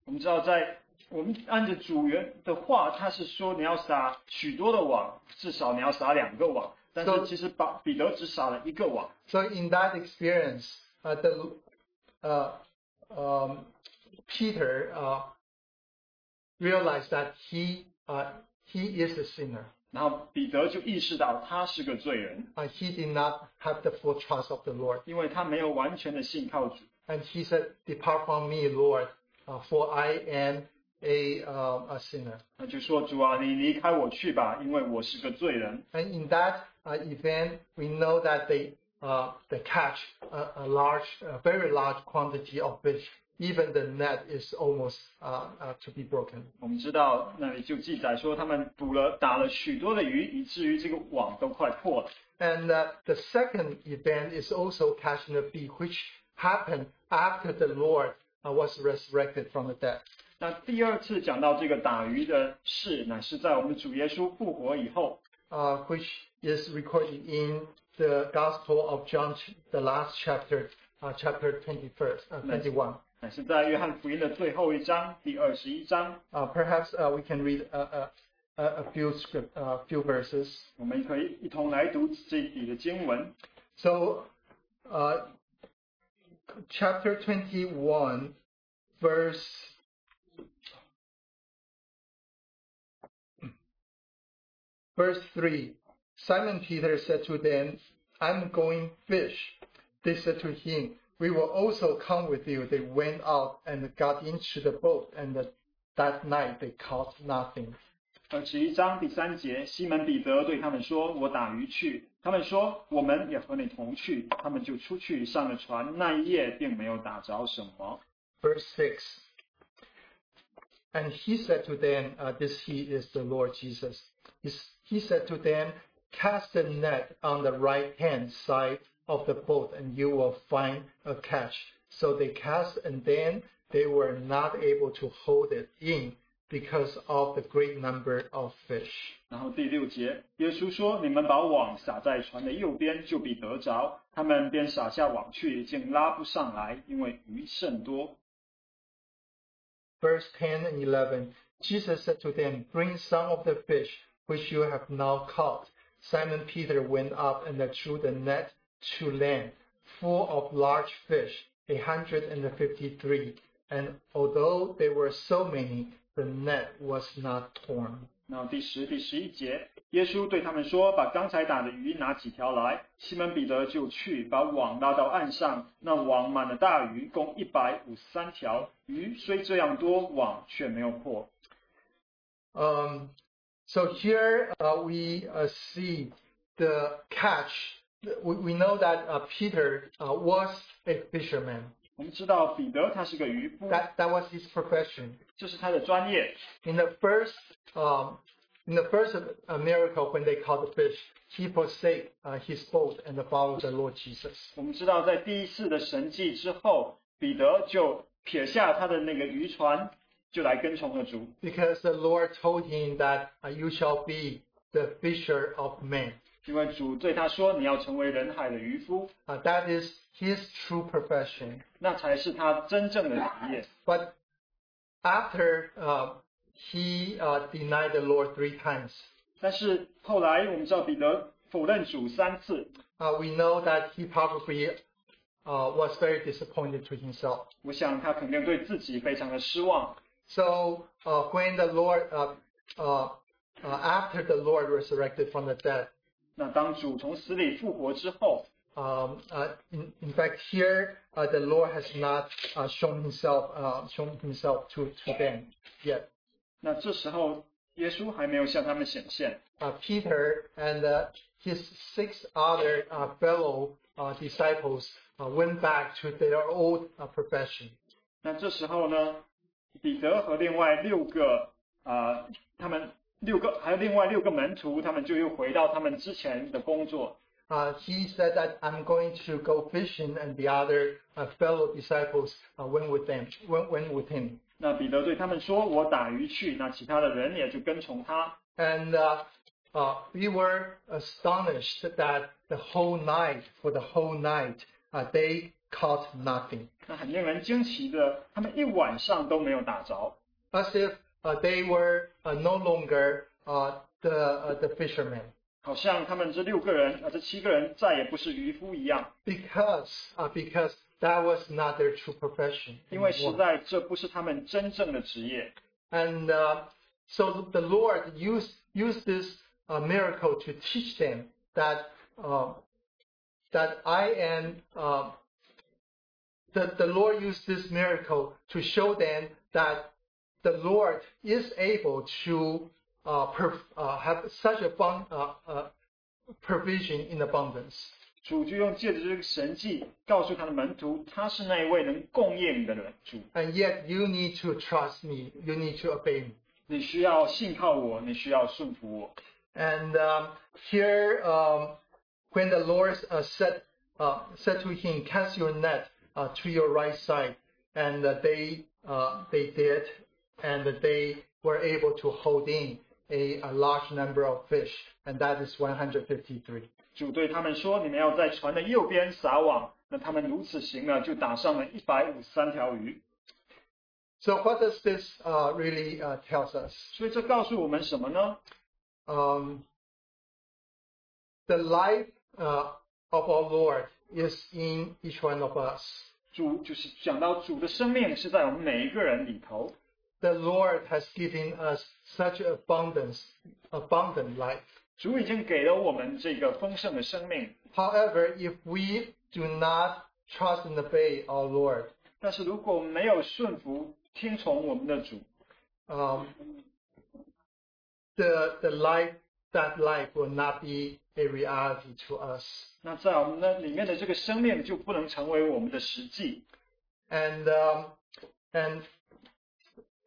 Speaker 2: 我们知道在，我们按着主人的话，他是说你要撒许多的网，至少你要撒两个网。但
Speaker 1: 对
Speaker 2: 是其实把彼得只撒了一个网。
Speaker 1: So in that experience, uh, the uh, um, Peter uh, realized that he uh, he is a sinner.
Speaker 2: 然后彼得就意识到他是个罪人，
Speaker 1: Uh, he did not have the full trust of the Lord,
Speaker 2: 因为他没有完全的信靠主。
Speaker 1: and he said, "Depart from me, Lord, uh, for I am a uh, a sinner."
Speaker 2: 他就说：“主啊，你离开我去吧，因为我是个罪人。
Speaker 1: And in that uh, event, we know that they uh, they catch a, a large, a very large quantity of fish. Even the net is almost uh, uh, to be broken. ”
Speaker 2: 我们知道那里就记载说，他们捕了打了许多的鱼，以至于这个网都快破了。
Speaker 1: And uh, the second event is also catching the bee, which happened after the Lord uh, was resurrected from the dead.
Speaker 2: 那第二次讲到这个打鱼的事，乃是在我们主耶稣复活以后，
Speaker 1: uh, which is recorded in the Gospel of John, ch- the last chapter, uh, chapter 21st, uh, 21.
Speaker 2: 乃是在约翰福音的最后一章第二十一章，
Speaker 1: Uh, perhaps uh, we can read a, a, a a few script, a few verses.
Speaker 2: 我们可以一同来读这里的经文。
Speaker 1: So, uh, chapter 21, verse verse 3 Simon Peter said to them, I'm going fish. They said to him, We will also come with you. They went out and got into the boat, and that night they caught nothing.
Speaker 2: 二十一章第三节，西门彼得对他们说：“我打鱼去。”他们说：“我们也和你同去。”他们就出去上了船，那一夜并没有打着什么。
Speaker 1: Verse 6 And he said to them, uh, This he is the Lord Jesus. He's- He said to them, Cast the net on the right hand side of the boat, and you will find a catch. So they cast, and then they were not able to hold it in because of the great number of fish.
Speaker 2: 然后第六节，耶稣说：“你们把网撒在船的右边，就必得着。”他们便撒下网去，竟拉不上来，因为鱼甚多。
Speaker 1: verse 10 and 11, Jesus said to them, Bring some of the fish which you have now caught. Simon Peter went up and drew the net to land, full of large fish, a hundred and fifty-three. And although there were so many, the net was not torn.
Speaker 2: 然后第十、第十一节，耶稣对他们说：“把刚才打的鱼拿几条来。”西门彼得就去把网拉到岸上，那网满了大鱼，共一百五十三条。鱼虽这样多，网却没有破。
Speaker 1: Um, so here uh, we uh, see the catch. We, we know that uh, Peter uh, was a fisherman.
Speaker 2: 我们知道彼得他是个渔夫，
Speaker 1: That that was his profession.
Speaker 2: 这是他的专业。
Speaker 1: in the first um, in the first uh, miracle when they caught the fish, he forsake uh, his boat and followed the Lord Jesus.
Speaker 2: 我们知道在第一次的神迹之后，彼得就撇下他的那个渔船，就来跟从了主，
Speaker 1: Because the Lord told him that uh, you shall be the fisher of men.
Speaker 2: 因为主对他说：“你要成为人海的渔夫，
Speaker 1: Uh, that is his true profession.
Speaker 2: 那才是他真正的职业。”
Speaker 1: But after uh, he uh, denied the Lord three times,
Speaker 2: 但是后来我们知道彼得否认主三次，
Speaker 1: uh, we know that he probably uh, was very disappointed to himself.
Speaker 2: 我想他肯定对自己非常的失望。
Speaker 1: So uh, when the Lord, uh, uh, uh, after the Lord resurrected from the dead,
Speaker 2: 那当主从死里复活之后，
Speaker 1: um, uh, in, in fact, here uh, the Lord has not uh, shown himself uh, shown himself to, to them yet.
Speaker 2: 那这时候耶稣还没有向他们显现，
Speaker 1: Uh, Peter and uh, his six other uh, fellow uh, disciples uh, went back to their old uh, profession.
Speaker 2: 那这时候呢，彼得和另外六个啊、呃他们六个还有另外六个门徒，他们就又回到他们之前的工作。
Speaker 1: Uh, he said that I'm going to go fishing, and the other uh, fellow disciples uh, went with them. Went, went with him.
Speaker 2: 那彼得对他们说：“我打鱼去。”那其他的人也就跟从他。
Speaker 1: And uh, uh, we were astonished that the whole night, for the whole night, uh, they caught nothing,
Speaker 2: 那很令人惊奇的，他们一晚上都没有打着。
Speaker 1: as if uh, they were uh, no longer uh, the uh, the fishermen,
Speaker 2: 好像他们这六个人啊、呃这七个人再也不是渔夫一样，
Speaker 1: because uh, because that was not their true profession.
Speaker 2: 因为实
Speaker 1: anymore.
Speaker 2: 在这不是他们真正的职业。
Speaker 1: And uh, so the Lord used used this uh, miracle to teach them that uh, that I am. Uh, the, the Lord used this miracle to show them that the Lord is able to uh, per, uh, have such a bon, uh, uh, provision in abundance.
Speaker 2: 主就用借着这个神迹告诉他的门徒，他是那一位能供应的人主。
Speaker 1: And yet you need to trust me. You need to obey me.
Speaker 2: 你需要信靠我，你需要顺服我。
Speaker 1: And um, here, um, when the Lord uh, said uh, said to him, "Cast your net uh, to your right side," and uh, they uh, they did, and they were able to hold in a, a large number of fish, and that is 153.
Speaker 2: 主对他们说：“你们要在船的右边撒网。”那他们如此行呢，就打上了一百五十三条鱼。
Speaker 1: So what does this uh, really uh, tells us?
Speaker 2: 所以这告诉我们什么呢？
Speaker 1: Um, the life uh, of our Lord is in each one of us.
Speaker 2: 主就是讲到主的生命是在我们每一个人里头，
Speaker 1: The Lord has given us such abundance, abundant life.
Speaker 2: 主已经给了我们这个丰盛的生命。
Speaker 1: However, if we do not trust and obey our Lord,
Speaker 2: 但是如果我们没有顺服、听从我们的主，
Speaker 1: um, the the life that life will not be a reality to us.
Speaker 2: 那在我们的里面的这个生命就不能成为我们的实际。
Speaker 1: and um, and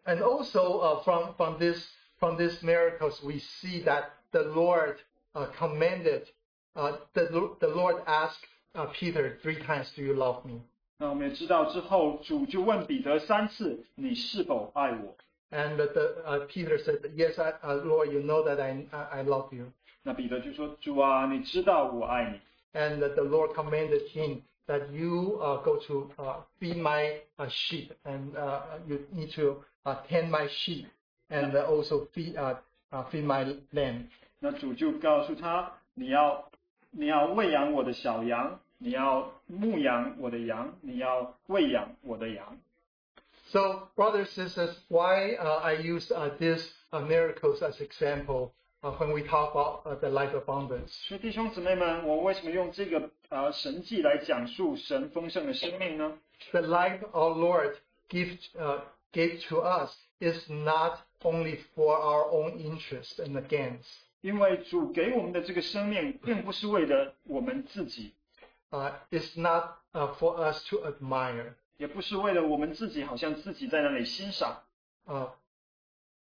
Speaker 1: and also uh, from from this from these miracles we see that the Lord uh, commanded uh, the Lo- the Lord asked uh, Peter three times, "Do you love me?"
Speaker 2: 那我们也知道之后，主就问彼得三次：“你是否爱我
Speaker 1: And the, the, uh, Peter said, "Yes, I, uh, Lord, you know that I, I I love you." ?”
Speaker 2: 那彼得就说：“主啊，你知道我爱你。
Speaker 1: And that the Lord commanded him that you uh, go to uh, feed my uh, sheep, and uh, you need to uh, tend my sheep, and uh, also feed uh, uh, feed my lamb. ”
Speaker 2: 那主就告诉他：“你要，你要喂养我的小羊，你要牧养我的羊，你要喂养我的羊。
Speaker 1: So, brothers and sisters, why uh, I use uh, these uh, miracles as example uh, when we talk about uh, the life abundance? ”
Speaker 2: 所以弟兄姊妹们，我为什么用这个呃神迹来讲述神丰盛的生命呢？
Speaker 1: The life our Lord give, uh, gave to us is not only for our own interest and gains.
Speaker 2: 因为主给我们的这个生命，并不是为了我们自己，
Speaker 1: Uh, it's not uh, for us to admire.
Speaker 2: 也不是为了我们自己，好像自己在那里欣赏。
Speaker 1: Uh,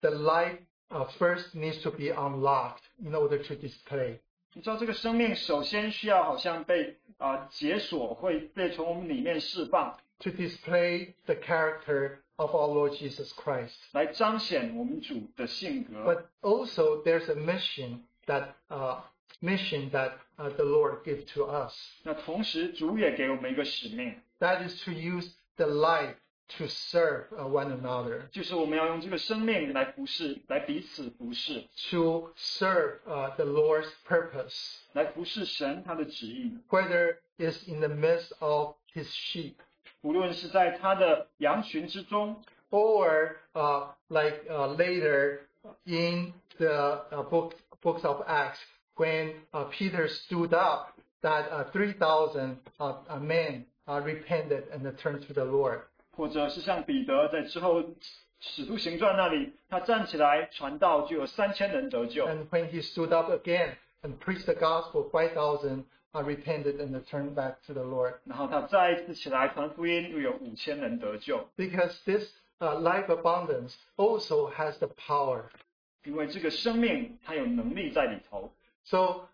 Speaker 1: the life uh, first needs to be unlocked in order to display.
Speaker 2: 你知道，这个生命首先需要好像被啊、解锁，会被从我们里面释放，
Speaker 1: To display the character of our Lord Jesus Christ.
Speaker 2: 来彰显我们主的性格。
Speaker 1: But also, there's a mission that uh, mission that uh, the Lord gives to us.
Speaker 2: 那同时，主也给我们一个使命，
Speaker 1: That is to use the life to serve uh, one another,
Speaker 2: 就是我们要用这个生命来服侍，来彼此服侍，
Speaker 1: to serve uh, the Lord's purpose,
Speaker 2: 来服侍神他的旨意。
Speaker 1: whether it's in the midst of His sheep
Speaker 2: 无论是在他的羊群之中，
Speaker 1: or uh, like uh, later in the uh, book books of Acts when uh, Peter stood up that uh, 3,000 uh, uh, men uh, repented and turned to the Lord.
Speaker 2: 或者是像彼得在之后《使徒行传》那里，他站起来传道，就有三千人得救。
Speaker 1: And when he stood up again and preached the gospel, 5,000 are repented and turned back to the Lord.
Speaker 2: 然后他再一次起来传福音，又有五千人得救。
Speaker 1: Because this uh, life abundance also has the power.
Speaker 2: 因为这个生命它有能力在里头。
Speaker 1: So,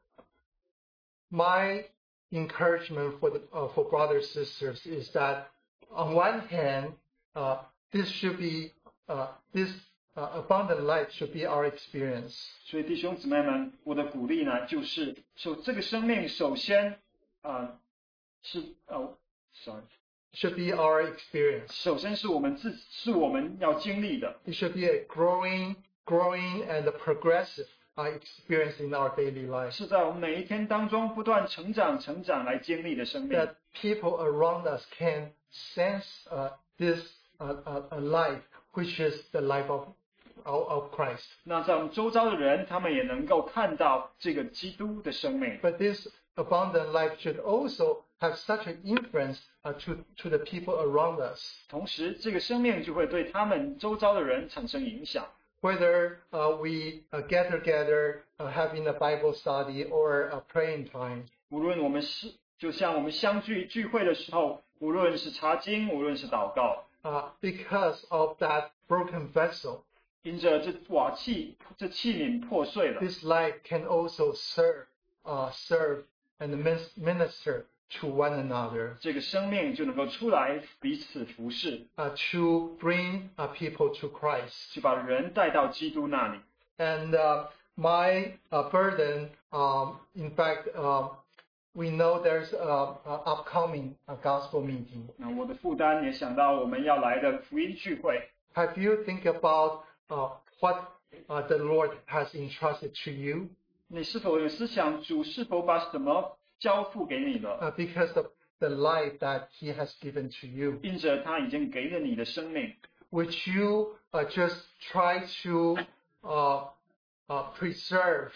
Speaker 1: my encouragement for, the, uh, for brothers and sisters is that on one hand, uh, this should be, uh, this uh, abundant life should be our experience.
Speaker 2: 所以弟兄姊妹们，我的鼓励呢，就是说这个生命首先啊、呃是哦，sorry，
Speaker 1: Should be our experience.
Speaker 2: 首先是我们自是我们要经历的，
Speaker 1: It should be a growing, growing and a progressive uh, experience in our daily life.
Speaker 2: 是在我们每一天当中不断成长成长来经历的生命。
Speaker 1: That people around us can sense uh, this uh, uh, uh, life, which is the life of of of Christ.
Speaker 2: 那在我们周遭的人，他们也能够看到这个基督的生命。
Speaker 1: But this abundant life should also have such an influence uh, to to the people around us.
Speaker 2: 同时，这个生命就会对他们周遭的人产生影响。
Speaker 1: Whether uh, we uh, get together, uh, having a Bible study or a praying time,
Speaker 2: 无论我们是，就像我们相聚聚会的时候，无论是查经，无论是祷告，
Speaker 1: uh, because of that broken vessel,
Speaker 2: 因着这瓦器，这器皿破碎了，
Speaker 1: this life can also serve, uh, serve and min- minister to one another,
Speaker 2: 这个生命就能够出来彼此服侍，
Speaker 1: uh, to bring uh, people to Christ.
Speaker 2: 去把人带到基督那里。
Speaker 1: And uh, my uh, burden, um, in fact, um, we know there's an upcoming uh, gospel meeting.
Speaker 2: 那我的负担也想到我们要来的福音聚会，
Speaker 1: Have you think about uh, what uh, the Lord has entrusted to you?
Speaker 2: 你是否有思想？主是否把什么交付给你了？
Speaker 1: Uh, because the the life that he has given to you,
Speaker 2: 因着他已经给了你的生命，
Speaker 1: which you uh, just try to uh, uh, preserve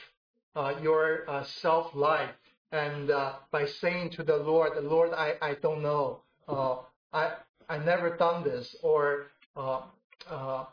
Speaker 1: uh, your uh, self life. And uh, by saying to the Lord, Lord, I, I don't know, uh, I I never done this, or uh, uh,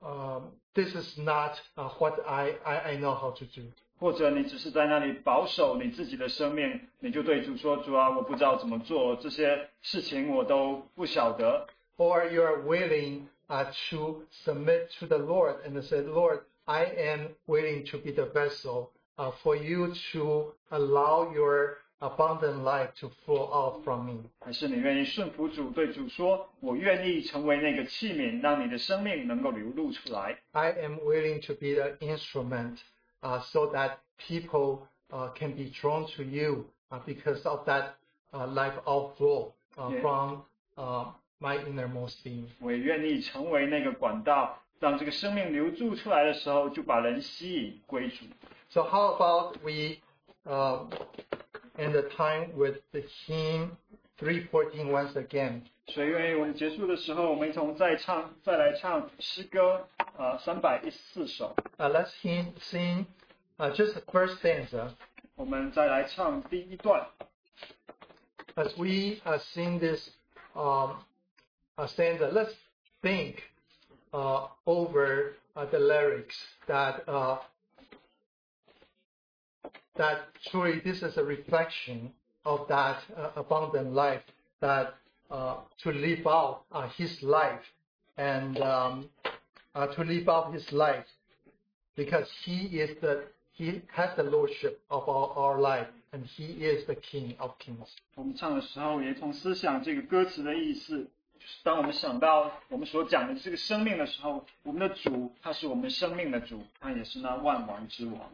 Speaker 1: um, this is not uh, what I, I, I know how to do.
Speaker 2: 或者你只是在那里保守你自己的生命，你就对主说：“主啊，我不知道怎么做，这些事情我都不晓得。
Speaker 1: or you are willing uh, to submit to the Lord and say, Lord, I am willing to be the vessel uh, for you to allow your abundant life to flow out from me. ”
Speaker 2: 还是你愿意顺服主，对主说：“我愿意成为那个器皿，让你的生命能够流露出来。
Speaker 1: I am willing to be the instrument uh, so that people uh, can be drawn to you uh, because of that uh, life outflow uh,
Speaker 2: Yeah.
Speaker 1: from uh, my innermost being. ”
Speaker 2: 我也愿意成为那个管道，让这个生命流注出来的时候，就把人吸引归主。
Speaker 1: So how about we uh, end the time with the hymn 314 once again?
Speaker 2: 所以，愿意我们结束的时候，我们一同再唱，再来唱诗歌，呃，三百一十四首，
Speaker 1: Uh, let's hymn, sing uh, just the first stanza.
Speaker 2: 我们再来唱第一段。
Speaker 1: As we uh, sing this um, uh, stanza, let's think uh, over uh, the lyrics that uh, that truly this is a reflection of that uh, abundant life that uh, to live out uh, his life and um, uh, to live out his life because he is the he has the lordship of our, our life and he is the king of kings
Speaker 2: 我们唱的时候，也从思想这个歌词的意思，就是当我们想到我们所讲的这个生命的时候，我们的主他是我们生命的主，他也是那万王之王。